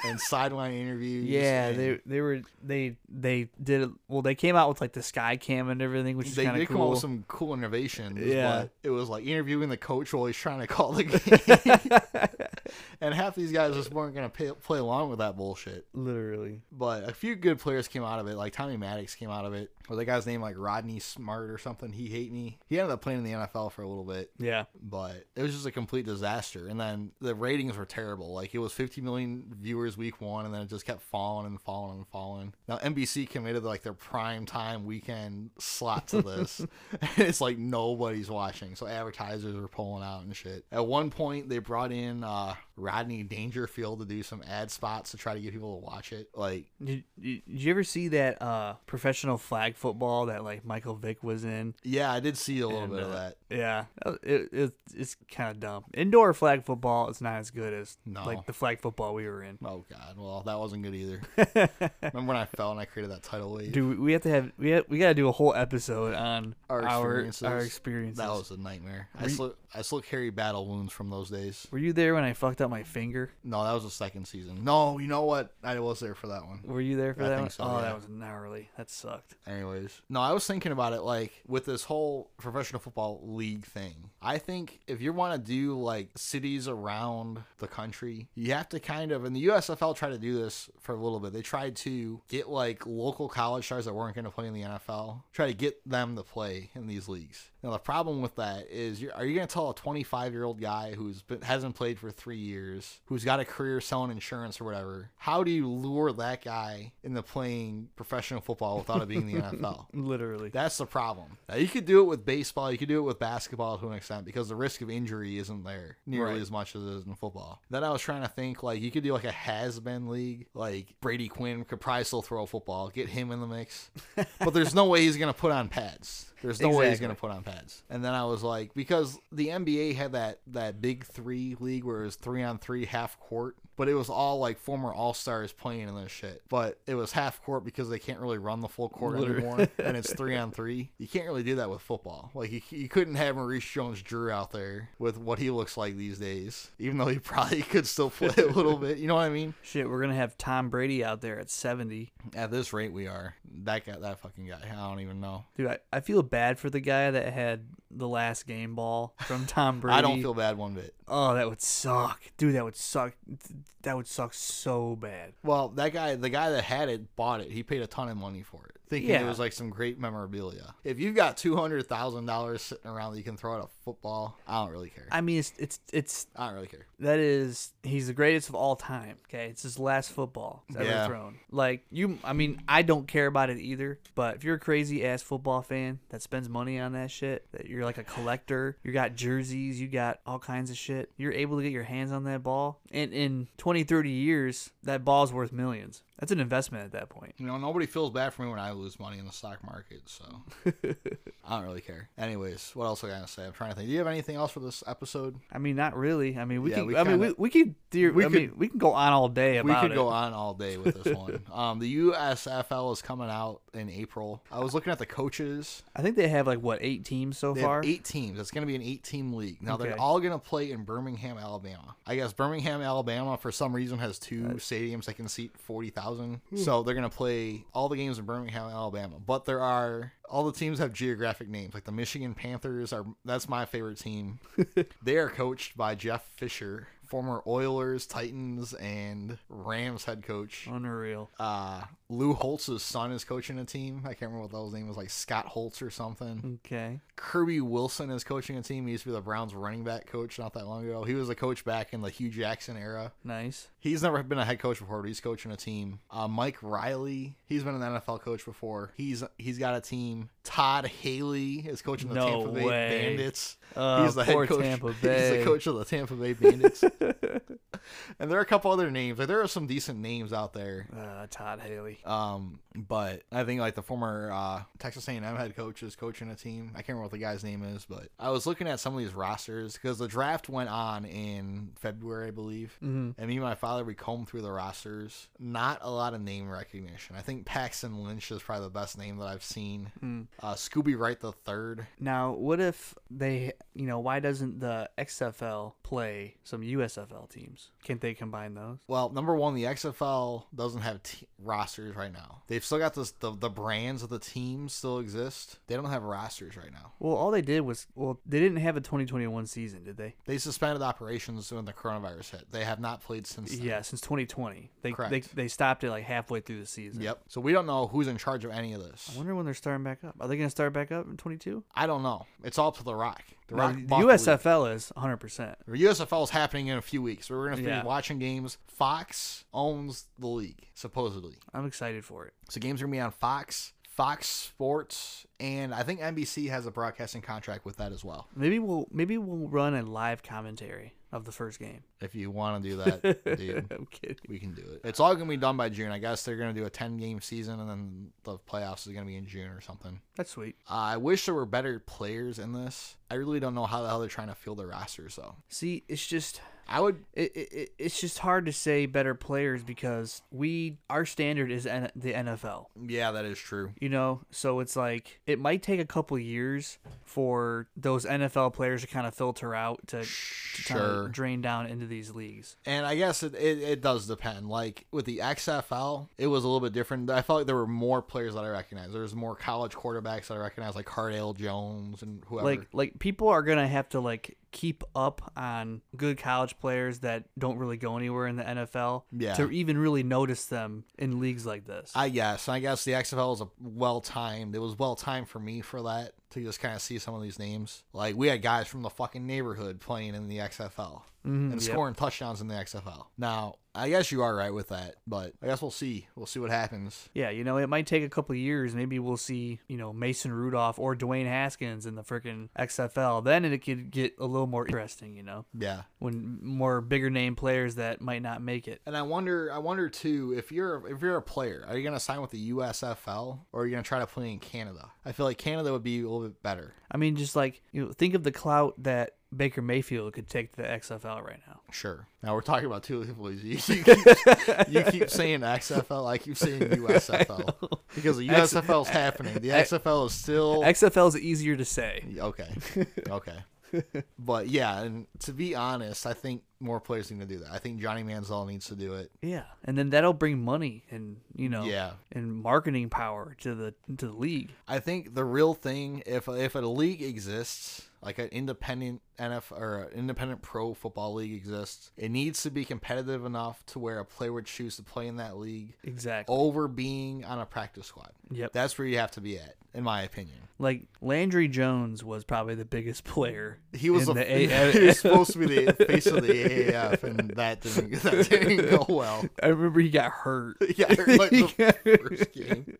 and sideline interviews. Yeah, and- they they were they they did it- well. They came out with like the sky cam and everything, which is they kind did of come up cool. with some cool innovations. Yeah. but it was like interviewing the coach while he's trying to call [LAUGHS] the game, and half these guys just weren't gonna pay, play along with that bullshit. Literally, But a few good players came out of it, like Tommy Maddox came out of it, or the guy's name like Rodney Smart or something. He hate me. He ended up playing in the NFL for a little bit, yeah, but it was just a complete disaster. And then the ratings were terrible. Like it was 50 million viewers week one, and then it just kept falling and falling and falling. Now NBC committed like their prime time weekend slot to this. [LAUGHS] and it's like nobody's watching, so advertisers are pulling out and shit. At one point, they brought in uh, Rodney Dangerfield to do some ad spots to try to get people to watch it. Like Did, did you ever see that uh, professional flag football that like Michael Vick was in? yeah, I did see a little And, bit of uh, that. Yeah, it, it, it's kind of dumb. Indoor flag football is not as good as No. like the flag football we were in. Oh god, well that wasn't good either. Remember when I fell and I created that title wave? Dude, we have to have we have, we got to do a whole episode on Our our experiences. our experiences. That was a nightmare. I still I still carry battle wounds from those days. were you there when I fucked up my finger? No, that was the second season. No, you know what? I was there for that one. Were you there for I that think one? so, oh, yeah. that was gnarly. That sucked. Anyways, no, I was thinking about it like with this whole professional football league thing. I think if you want to do like cities around the country, you have to kind of, and the USFL tried to do this for a little bit. They tried to get like local college stars that weren't going to play in the NFL, try to get them to play in these leagues. Now, the problem with that is, you're, are you going to tell a 25 year old guy who's been, hasn't played for three years, who's got a career selling insurance or whatever, how do you lure that guy into playing professional football without it being the NFL? Literally. That's the problem. Now, you could do it with baseball, you could do it with basketball to an extent because the risk of injury isn't there nearly Right. as much as it is in football. Then I was trying to think like you could do like a has been league, like Brady Quinn could probably still throw a football, get him in the mix. but there's no way he's gonna put on pads. There's no way he's Exactly. gonna put on pads. And then I was like, because the NBA had that that big three league where it was three on three half court, but it was all like former all stars playing in this shit. But it was half court because they can't really run the full court anymore, and it's three on three. You can't really do that with football. Like you, you couldn't have Maurice Jones-Drew out there with what he looks like these days, even though he probably [LAUGHS] could still play a little bit. You know what I mean? Shit, we're gonna have Tom Brady out there at seventy. At this rate, we are that guy, that fucking guy. I don't even know. Dude, I, I feel bad for the guy that had the last game ball [LAUGHS] from Tom Brady. I don't feel bad one bit. Oh, that would suck, dude. That would suck. Th- That would suck so bad. Well, that guy, the guy that had it, bought it. He paid a ton of money for it, thinking it Yeah. was like some great memorabilia. If you've got two hundred thousand dollars sitting around that you can throw at a football, I don't really care. I, I mean, it's it's it's don't really care. that is he's the greatest of all time. Okay, it's his last football he's ever Yeah. thrown. Like you, I mean, I don't care about it either. But if you're a crazy ass football fan that spends money on that shit, that you're You're like a collector. You got jerseys. You got all kinds of shit. You're able to get your hands on that ball. And in 20, 30 years, that ball's worth millions. That's an investment at that point. You know, nobody feels bad for me when I lose money in the stock market, [LAUGHS] so I don't really care. Anyways, what else I gotta say? I'm trying to think. Do you have anything else for this episode? I mean, not really. I mean, we Yeah, can. we I mean, we, kinda- we could. Theor- we I could- mean, we can go on all day We about could it. go on all day with [LAUGHS] this one. um, the USFL is coming out in April. I was looking at the coaches. I think they have like what eight teams so They far. have eight teams. It's going to be an eight-team league. Now they're Okay. all going to play in Birmingham, Alabama. I guess Birmingham, Alabama, for some reason has two stadiums that can seat forty thousand. Hmm. So they're going to play all the games in Birmingham, Alabama. But there are all the teams have geographic names. Like the Michigan Panthers are that's my favorite [LAUGHS] team. they are coached by Jeff Fisher, former Oilers, Titans, and Rams head coach Unreal. uh Lou Holtz's son is coaching a team. I can't remember what that was name was like Scott Holtz or Hmm. something. Okay. Kirby Wilson is coaching a team. He used to be the Browns running back coach not that long ago. He was a coach back in the Hugh Jackson era. Nice. He's never been a head coach before, but he's coaching a team. Uh, Mike Riley, he's been an NFL coach before. He's he's got a team. Todd Haley is coaching the No Tampa Bay way. Bandits. Uh, he's the poor head coach. [LAUGHS] Tampa He's Bay. the coach of the Tampa Bay [LAUGHS] Bandits. and there are a couple other names. Like there are some decent names out there. Uh, Todd Haley. Um, but I think like the former uh, Texas A&M head coach is coaching a team. I can't remember what the guy's name is, but I was looking at some of these rosters because the draft went on in February, I believe. Mm-hmm. And me and my father we combed through the rosters. Not a lot of name recognition. I think Paxton Lynch is probably the best name that I've seen. Mm. Uh, Scooby Wright the third. Now, what if they, you know, why doesn't the XFL play some USFL teams? Can't they combine those? Well, number one, the XFL doesn't have t- rosters right now. They've still got this, the the brands of the teams still exist. They don't have rosters right now. Well, all they did was, well, they didn't have a 2021 season, did they? They suspended operations when the coronavirus hit. They have not played since. Then. Yeah, since 2020. They, they Correct. they stopped it like halfway through the season. Yep. So we don't know who's in charge of any of I this. wonder when they're starting back up. Are they going to start back up in 22? I don't know. It's all up to the Rock. The No, Rock. the bought the league. USFL is 100%. The USFL is happening in a few weeks. We're going to be Yeah. watching games. Fox owns the league, supposedly. I'm excited for it. So games are going to be on Fox, Fox Sports, and I think NBC has a broadcasting contract with that as well. Maybe we'll maybe we'll run a live commentary of the first game. If you want to do [LAUGHS] that, dude. I'm kidding. We can do it. It's all gonna be done by June. I guess they're gonna do a ten game season, and then the playoffs is gonna be in June or something. That's sweet. Uh, I wish there were better players in this. I really don't know how the hell they're trying to fill their rosters though. See, it's just I would it, it, it- it's just hard to say better players because we our standard is N- the NFL. yeah, that is true. You know, so it's like it might take a couple years for those NFL players to kind of filter out to, to kind Sure. of drain down into these leagues. And I guess it, it, it does depend. Like with the XFL, it was a little bit different. I felt like there were more players that I recognized. There was more college quarterbacks that I recognized, like Cardale Jones and whoever. Like like people are gonna have to like keep up on good college players that don't really go anywhere in the NFL Yeah. to even really notice them in leagues like this. I guess. I guess the XFL was a well timed. It was well timed for me for that to just kind of see some of these names. Like we had guys from the fucking neighborhood playing in the XFL and yep. scoring touchdowns in the XFL. Now, I guess you are right with that, but I guess we'll see. We'll see what happens. Yeah, you know, it might take a couple of years. Maybe we'll see, you know, Mason Rudolph or Dwayne Haskins in the freaking XFL. Then it could get a little more interesting, you know, Yeah. when more bigger name players that might not make it. And I wonder, I wonder too, if you're if you're a player, are you gonna sign with the USFL or are you gonna try to play in Canada? I feel like Canada would be a little bit better. I mean, just like, you know, think of the clout that Baker Mayfield could take to the XFL right now. Sure. Now we're talking about two [LAUGHS] leagues. You, you, keep, you keep saying XFL, [LAUGHS] I keep saying USFL because the USFL is happening. The XFL is still XFL is easier to say. [LAUGHS] okay. Okay. But yeah, and to be honest, I think more players need to do that. I think Johnny Manziel needs to do it. Yeah. And then that'll bring money and, you know, Yeah. and marketing power to the to the league. I think the real thing, if if a league exists, like an independent NF or an independent pro football league exists, it needs to be competitive enough to where a player would choose to play in that league Exactly. over being on a practice squad. Yep. That's where you have to be at, in my opinion. Like Landry Jones was probably the biggest [LAUGHS] player. [LAUGHS] He was, in a, the he was supposed to be the face of the AAF, and that didn't, [LAUGHS] that didn't go well. [LAUGHS] I remember he got hurt. Yeah, like the first game.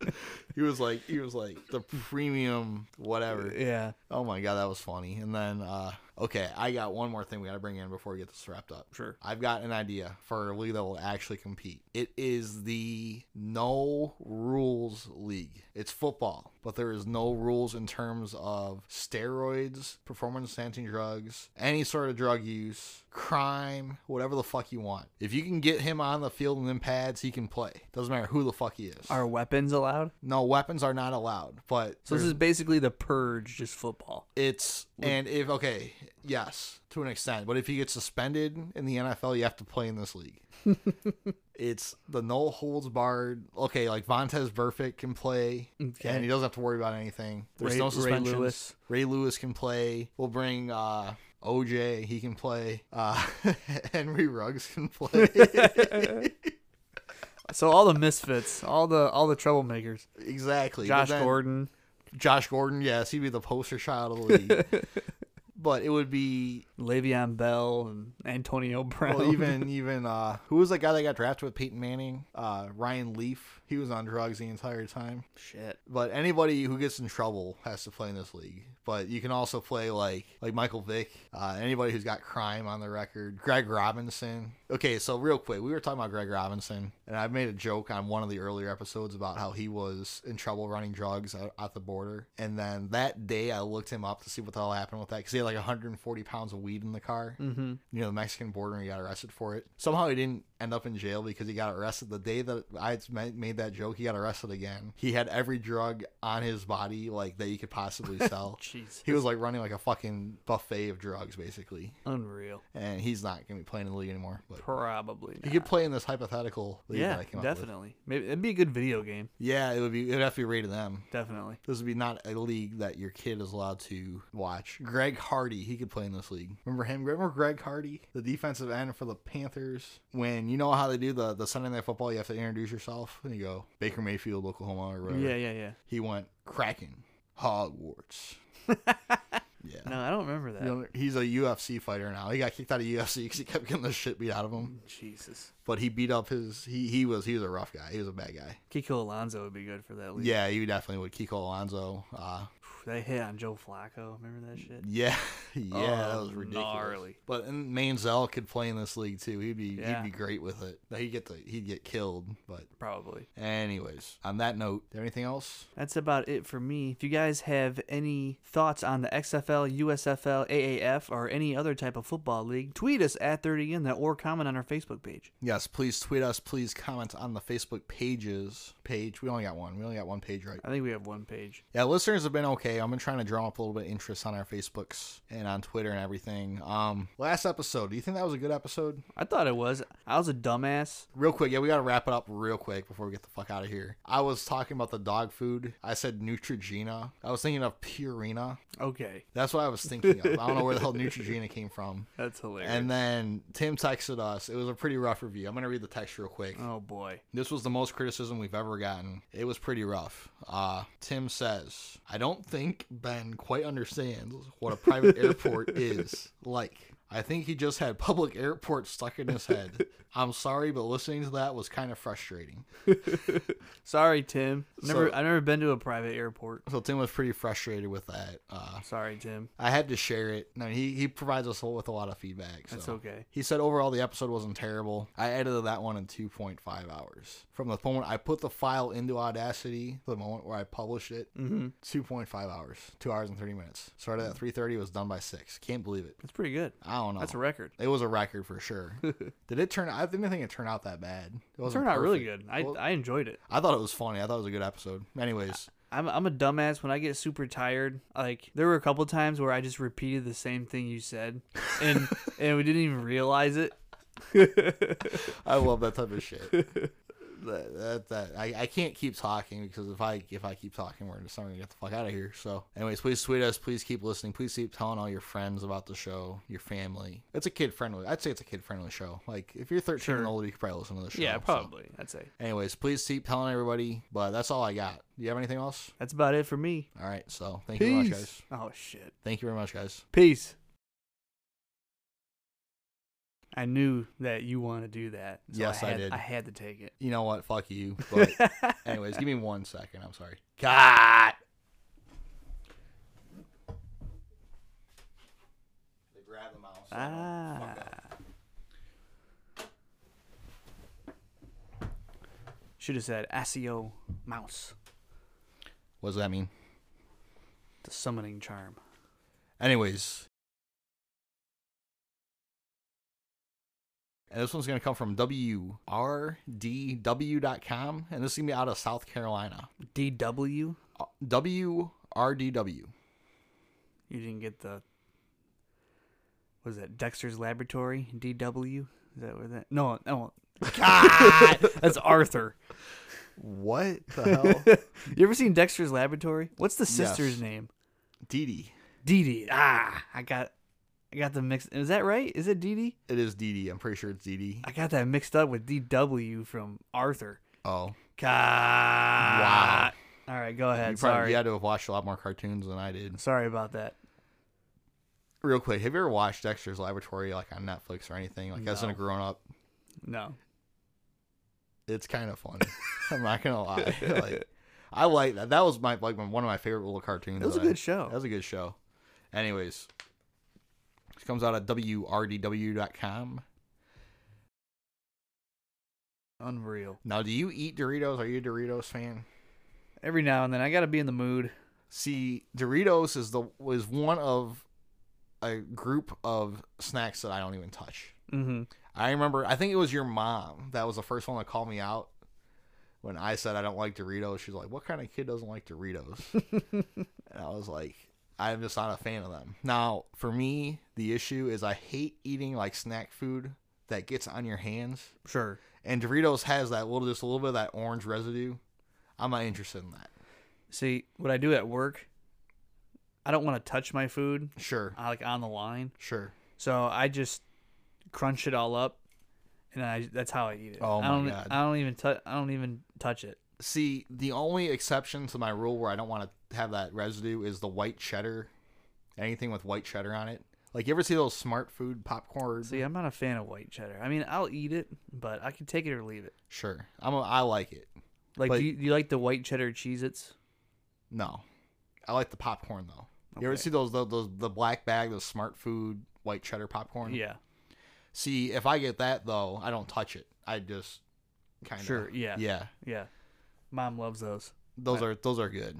He was like, he was like the premium whatever. Yeah. Oh my god, that was funny. And then, uh, okay, I got one more thing we got to bring in before we get this wrapped up. Sure. I've got an idea for a league that will actually compete. It is the no rules league. It's football, but there is no rules in terms of steroids, performance enhancing drugs, any sort of drug use, crime, whatever the fuck you want. If you can get him on the field and in pads, he can play. Doesn't matter who the fuck he is. Are weapons allowed? no weapons are not allowed, but So this there's- is basically the purge, just football. it's and if okay, yes, to an extent. But if you get suspended in the NFL, you have to play in this [LAUGHS] league. it's the no holds barred. Okay, like Vontez Burfict can play, Okay. and he doesn't have to worry about anything. There's Ray- no Ray suspensions. Ray Lewis. Lewis. can play. We'll bring uh, OJ. He can play. Uh, [LAUGHS] Henry Ruggs can [LAUGHS] play. So all the misfits, all the all the troublemakers. exactly. But Josh then- Gordon. Josh Gordon. Yes, he'd be the poster child of the league. [LAUGHS] but it would be Le'Veon Bell and Antonio Brown. [LAUGHS] Well, even even uh, who was the guy that got drafted with Peyton Manning? Uh, Ryan Leaf. He was on drugs the entire time. shit. But anybody who gets in trouble has to play in this league. But you can also play like like Michael Vick. Uh, anybody who's got crime on the record. Greg Robinson. Okay, so real quick, we were talking about Greg Robinson, and I made a joke on one of the earlier episodes about how he was in trouble running drugs out, out the border. And then that day, I looked him up to see what the hell happened with that because he had like 140 pounds of weed in the car Mm-hmm. you know, the Mexican border and he got arrested for it. Somehow he didn't end up in jail because he got arrested. The day that I had ma- made that joke, he got arrested again. He had every drug on his body, like, that you could possibly sell. Jeez. he was, like, running, like, a fucking buffet of drugs, basically. Unreal. And he's not going to be playing in the league anymore. But Probably. he not. could play in this hypothetical league that yeah, I came up with. definitely. Maybe it'd be a good video game. Yeah, it would be, it would have to be rated M. Definitely. This would be not a league that your kid is allowed to watch. Greg Hardy, he could play in this league. Remember him? Remember Greg Hardy, the defensive end for the Panthers? When you know how they do the, the Sunday night football, you have to introduce yourself and you go Baker Mayfield, Oklahoma, or whatever. Yeah, yeah, yeah. He went Kraken, Hogwarts. yeah. No, I don't remember that. You know, he's a UFC fighter now. He got kicked out of UFC because he kept getting the shit beat out of him. Jesus. But he beat up his he he was he was a rough guy. He was a bad guy. Kiko Alonso would be good for that league. Yeah, he definitely would. Kiko Alonso. Uh, They hit on Joe Flacco. Remember that shit? Yeah, [LAUGHS] yeah, that Oh, was ridiculous. gnarly. But and Manziel could play in this league too. He'd be Yeah. he'd be great with it. He'd get the he'd get killed. But Probably. anyways, on that note, there anything else? That's about it for me. If you guys have any thoughts on the XFL, USFL, AAF, or any other type of football league, tweet us at 30 in that or comment on our Facebook page. Yes, please tweet us. Please comment on the Facebook pages page. We only got one. We only got one page right. I think we have one page. Yeah, listeners have been okay. I've been trying to drum up a little bit of interest on our Facebooks and on Twitter and everything. Um, last episode. Do you think that was a good episode? I thought it was. I was a dumbass. Real quick, yeah, we gotta wrap it up real quick before we get the fuck out of here. I was talking about the dog food. I said Neutrogena. I was thinking of Purina. Okay. That's what I was thinking of. I don't know where the hell Neutrogena came from. That's hilarious. And then Tim texted us. It was a pretty rough review. I'm gonna read the text real quick. oh, boy. This was the most criticism we've ever gotten. It was pretty rough. Uh, Tim says, I don't think Ben quite understands what a private airport is like. I think he just had public airport stuck in his head. I'm sorry, but listening to that was kind of frustrating. Sorry, Tim. Never, So- I've never been to a private airport. So Tim was pretty frustrated with that. Uh, Sorry, Tim. I had to share it. No, he, he provides us with a lot of feedback. So. That's okay. He said overall the episode wasn't terrible. I edited that one in 2.5 hours. From the moment I put the file into Audacity, to the moment where I published it, Mm-hmm. 2.5 hours, two hours and 30 minutes. Started at 3:30, it was done by six. Can't believe it. That's pretty good. I don't know. That's a record. it was a record for [LAUGHS] sure. Did it turn? I didn't think it turned out that bad. It It wasn't turned out really perfect. good. I, Well, I enjoyed it. I thought it was funny. I thought it was a good episode. Anyways, I'm I'm a dumbass when I get super tired. Like there were a couple times where I just repeated the same thing you said, [LAUGHS] and and we didn't even realize it. Oh, I love that type of [LAUGHS] shit. That, that, that I, I can't keep talking because if I if I keep talking we're just not gonna get the fuck out of here. So anyways, please tweet us, please keep listening, please keep telling all your friends about the show, your family. It's a kid friendly I'd say it's a kid friendly show. Like if you're thirteen and Sure. older you could probably listen to the show. yeah, so. probably. I'd say Anyways, please keep telling everybody. But that's all I got. Do you have anything else? that's about it for me. All right. So thank you very much, guys. Oh shit. Thank you very much, guys. Peace. I knew that you want to do that. So Yes, I had- did. I had to take it. You know what? Fuck you. [LAUGHS] But anyways, give me one second. I'm sorry. God. They grabbed the mouse. so I Ah. don't fuck up. Should have said SEO mouse, What does that mean? the summoning charm. Anyways. And this one's going to come from WRDW.com. And this is going to be out of South Carolina. DW. Uh, WRDW. You didn't get the. Was that Dexter's Laboratory? DW. Is that where that? No, no. [LAUGHS] God, that's Arthur. What [LAUGHS] the hell? You ever seen Dexter's Laboratory? What's the sister's Yes. name? Dee Dee. Dee Dee. Ah, I got, I got the mix. Is that right? Is it Dee Dee? It is Dee Dee. I'm pretty sure it's Dee Dee. I got that mixed up with DW from Arthur. Oh. God. Wow. All right, go ahead. You probably Sorry. you had to have watched a lot more cartoons than I did. Sorry about that. Real quick, have you ever watched Dexter's Laboratory like on Netflix or anything? Like as No. a grown up, No. it's kind of [LAUGHS] funny. I'm not gonna lie. [LAUGHS] Like, I like that. That was my like one of my favorite little cartoons. It was a that I- good show. That was a good show. Anyways, this comes out at wrdw.com. Unreal. Now, do you eat Doritos? Are you a Doritos fan? Every now and then, I got to be in the mood. See, Doritos is the is one of a group of snacks that I don't even touch. Mm-hmm. I remember. I think it was your mom that was the first one that called me out when I said I don't like Doritos. She's like, "What kind of kid doesn't like Doritos?" and I was like, "I'm just not a fan of them." Now, for me, the issue is I hate eating like snack food that gets on your hands, Sure. and Doritos has that little, just a little bit of that orange residue. I'm not interested in that. See, what I do at work, I don't want to touch my food, Sure, I like on the line. sure. So I just crunch it all up, and I that's how I eat it. Oh my I don't, e, God. I don't even touch. I don't even touch it. See, the only exception to my rule where I don't want to have that residue is the white cheddar. Anything with white cheddar on it. Like you ever see those smart food popcorn? See, I'm not a fan of white cheddar. I mean, I'll eat it, but I can take it or leave it. Sure, I'm. A, I like it. Like, But- do, you, do you like the white cheddar Cheez-Its? No, I like the popcorn though. You ever Okay. see those, those those the black bag, those smart food white cheddar popcorn? Yeah, See, if I get that though, I don't touch it. I just kind of Sure, yeah. yeah. yeah. Mom loves those. Those are those are good.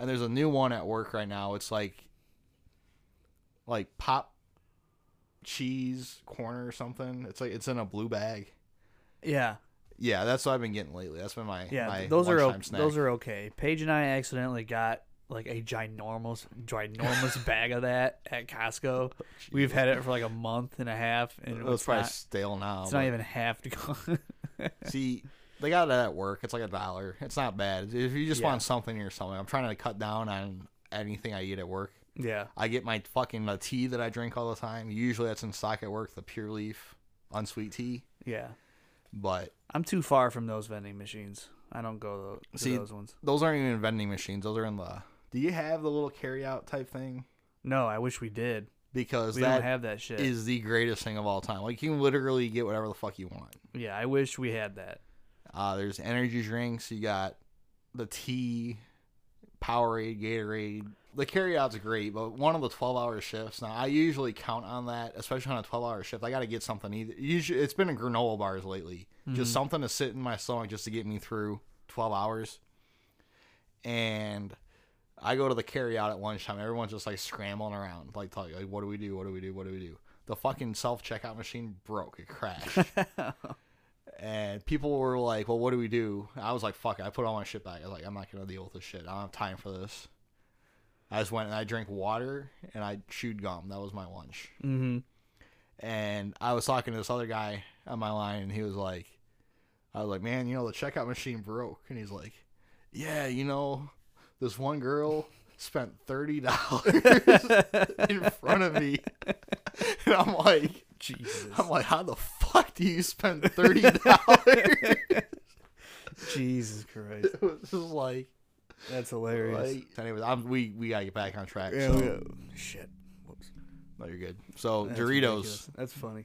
And there's a new one at work right now. It's like like pop cheese corner or something. It's like it's in a blue bag. Yeah, Yeah, that's what I've been getting lately. That's been my yeah. my those are lunchtime o- snack. those are okay. Paige and I accidentally got like a ginormous [LAUGHS] ginormous bag of that at Costco. We've had it for like a month and a half, and it it was was Oh, probably not, stale now. it's but not even half to [LAUGHS] go. see, they got it at work. It's like a dollar. It's not bad. If you just Yeah. want something or something, I'm trying to cut down on anything I eat at work. yeah, I get my fucking uh, tea that I drink all the time. Usually that's in stock at work, the pure leaf unsweet tea. yeah. But I'm too far from those vending machines. I don't go tho- to See- those ones. Those aren't even vending machines. Those are in the. Do you have the little carryout type thing? No, I wish we did. Because We that don't have that shit. is the greatest thing of all time. Like you can literally get whatever the fuck you want. yeah, I wish we had that. Uh, there's energy drinks. You got the tea, Powerade, Gatorade. The carryout's great, but one of the 12-hour shifts. Now I usually count on that, especially on a 12-hour shift. I got to get something either. Usually, it's been a granola bars lately. Just something to sit in my stomach just to get me through 12 hours. And I go to the carryout at lunchtime. Everyone's just like scrambling around, like, talking, like, what do we do? What do we do? What do we do? The fucking self checkout machine broke. It crashed. and people were like, well, what do we do? I was like, fuck it. I put all my shit back. I was like, I'm not going to deal with this shit. I don't have time for this. I just went and I drank water and I chewed gum. That was my lunch. Mm-hmm. And I was talking to this other guy on my line and he was like, I was like, man, you know, the checkout machine broke. And he's like, yeah, you know, this one girl spent $30 [LAUGHS] in front of me. [LAUGHS] And I'm like, Jesus. I'm like, how the fuck do you spend $30? [LAUGHS] Jesus [LAUGHS] Christ. it was just like, That's [LAUGHS] hilarious. like anyways, I'm, we, we gotta get back on track. Yeah, so, we- shit. Whoops. No, you're good. So That's Doritos, ridiculous. That's funny.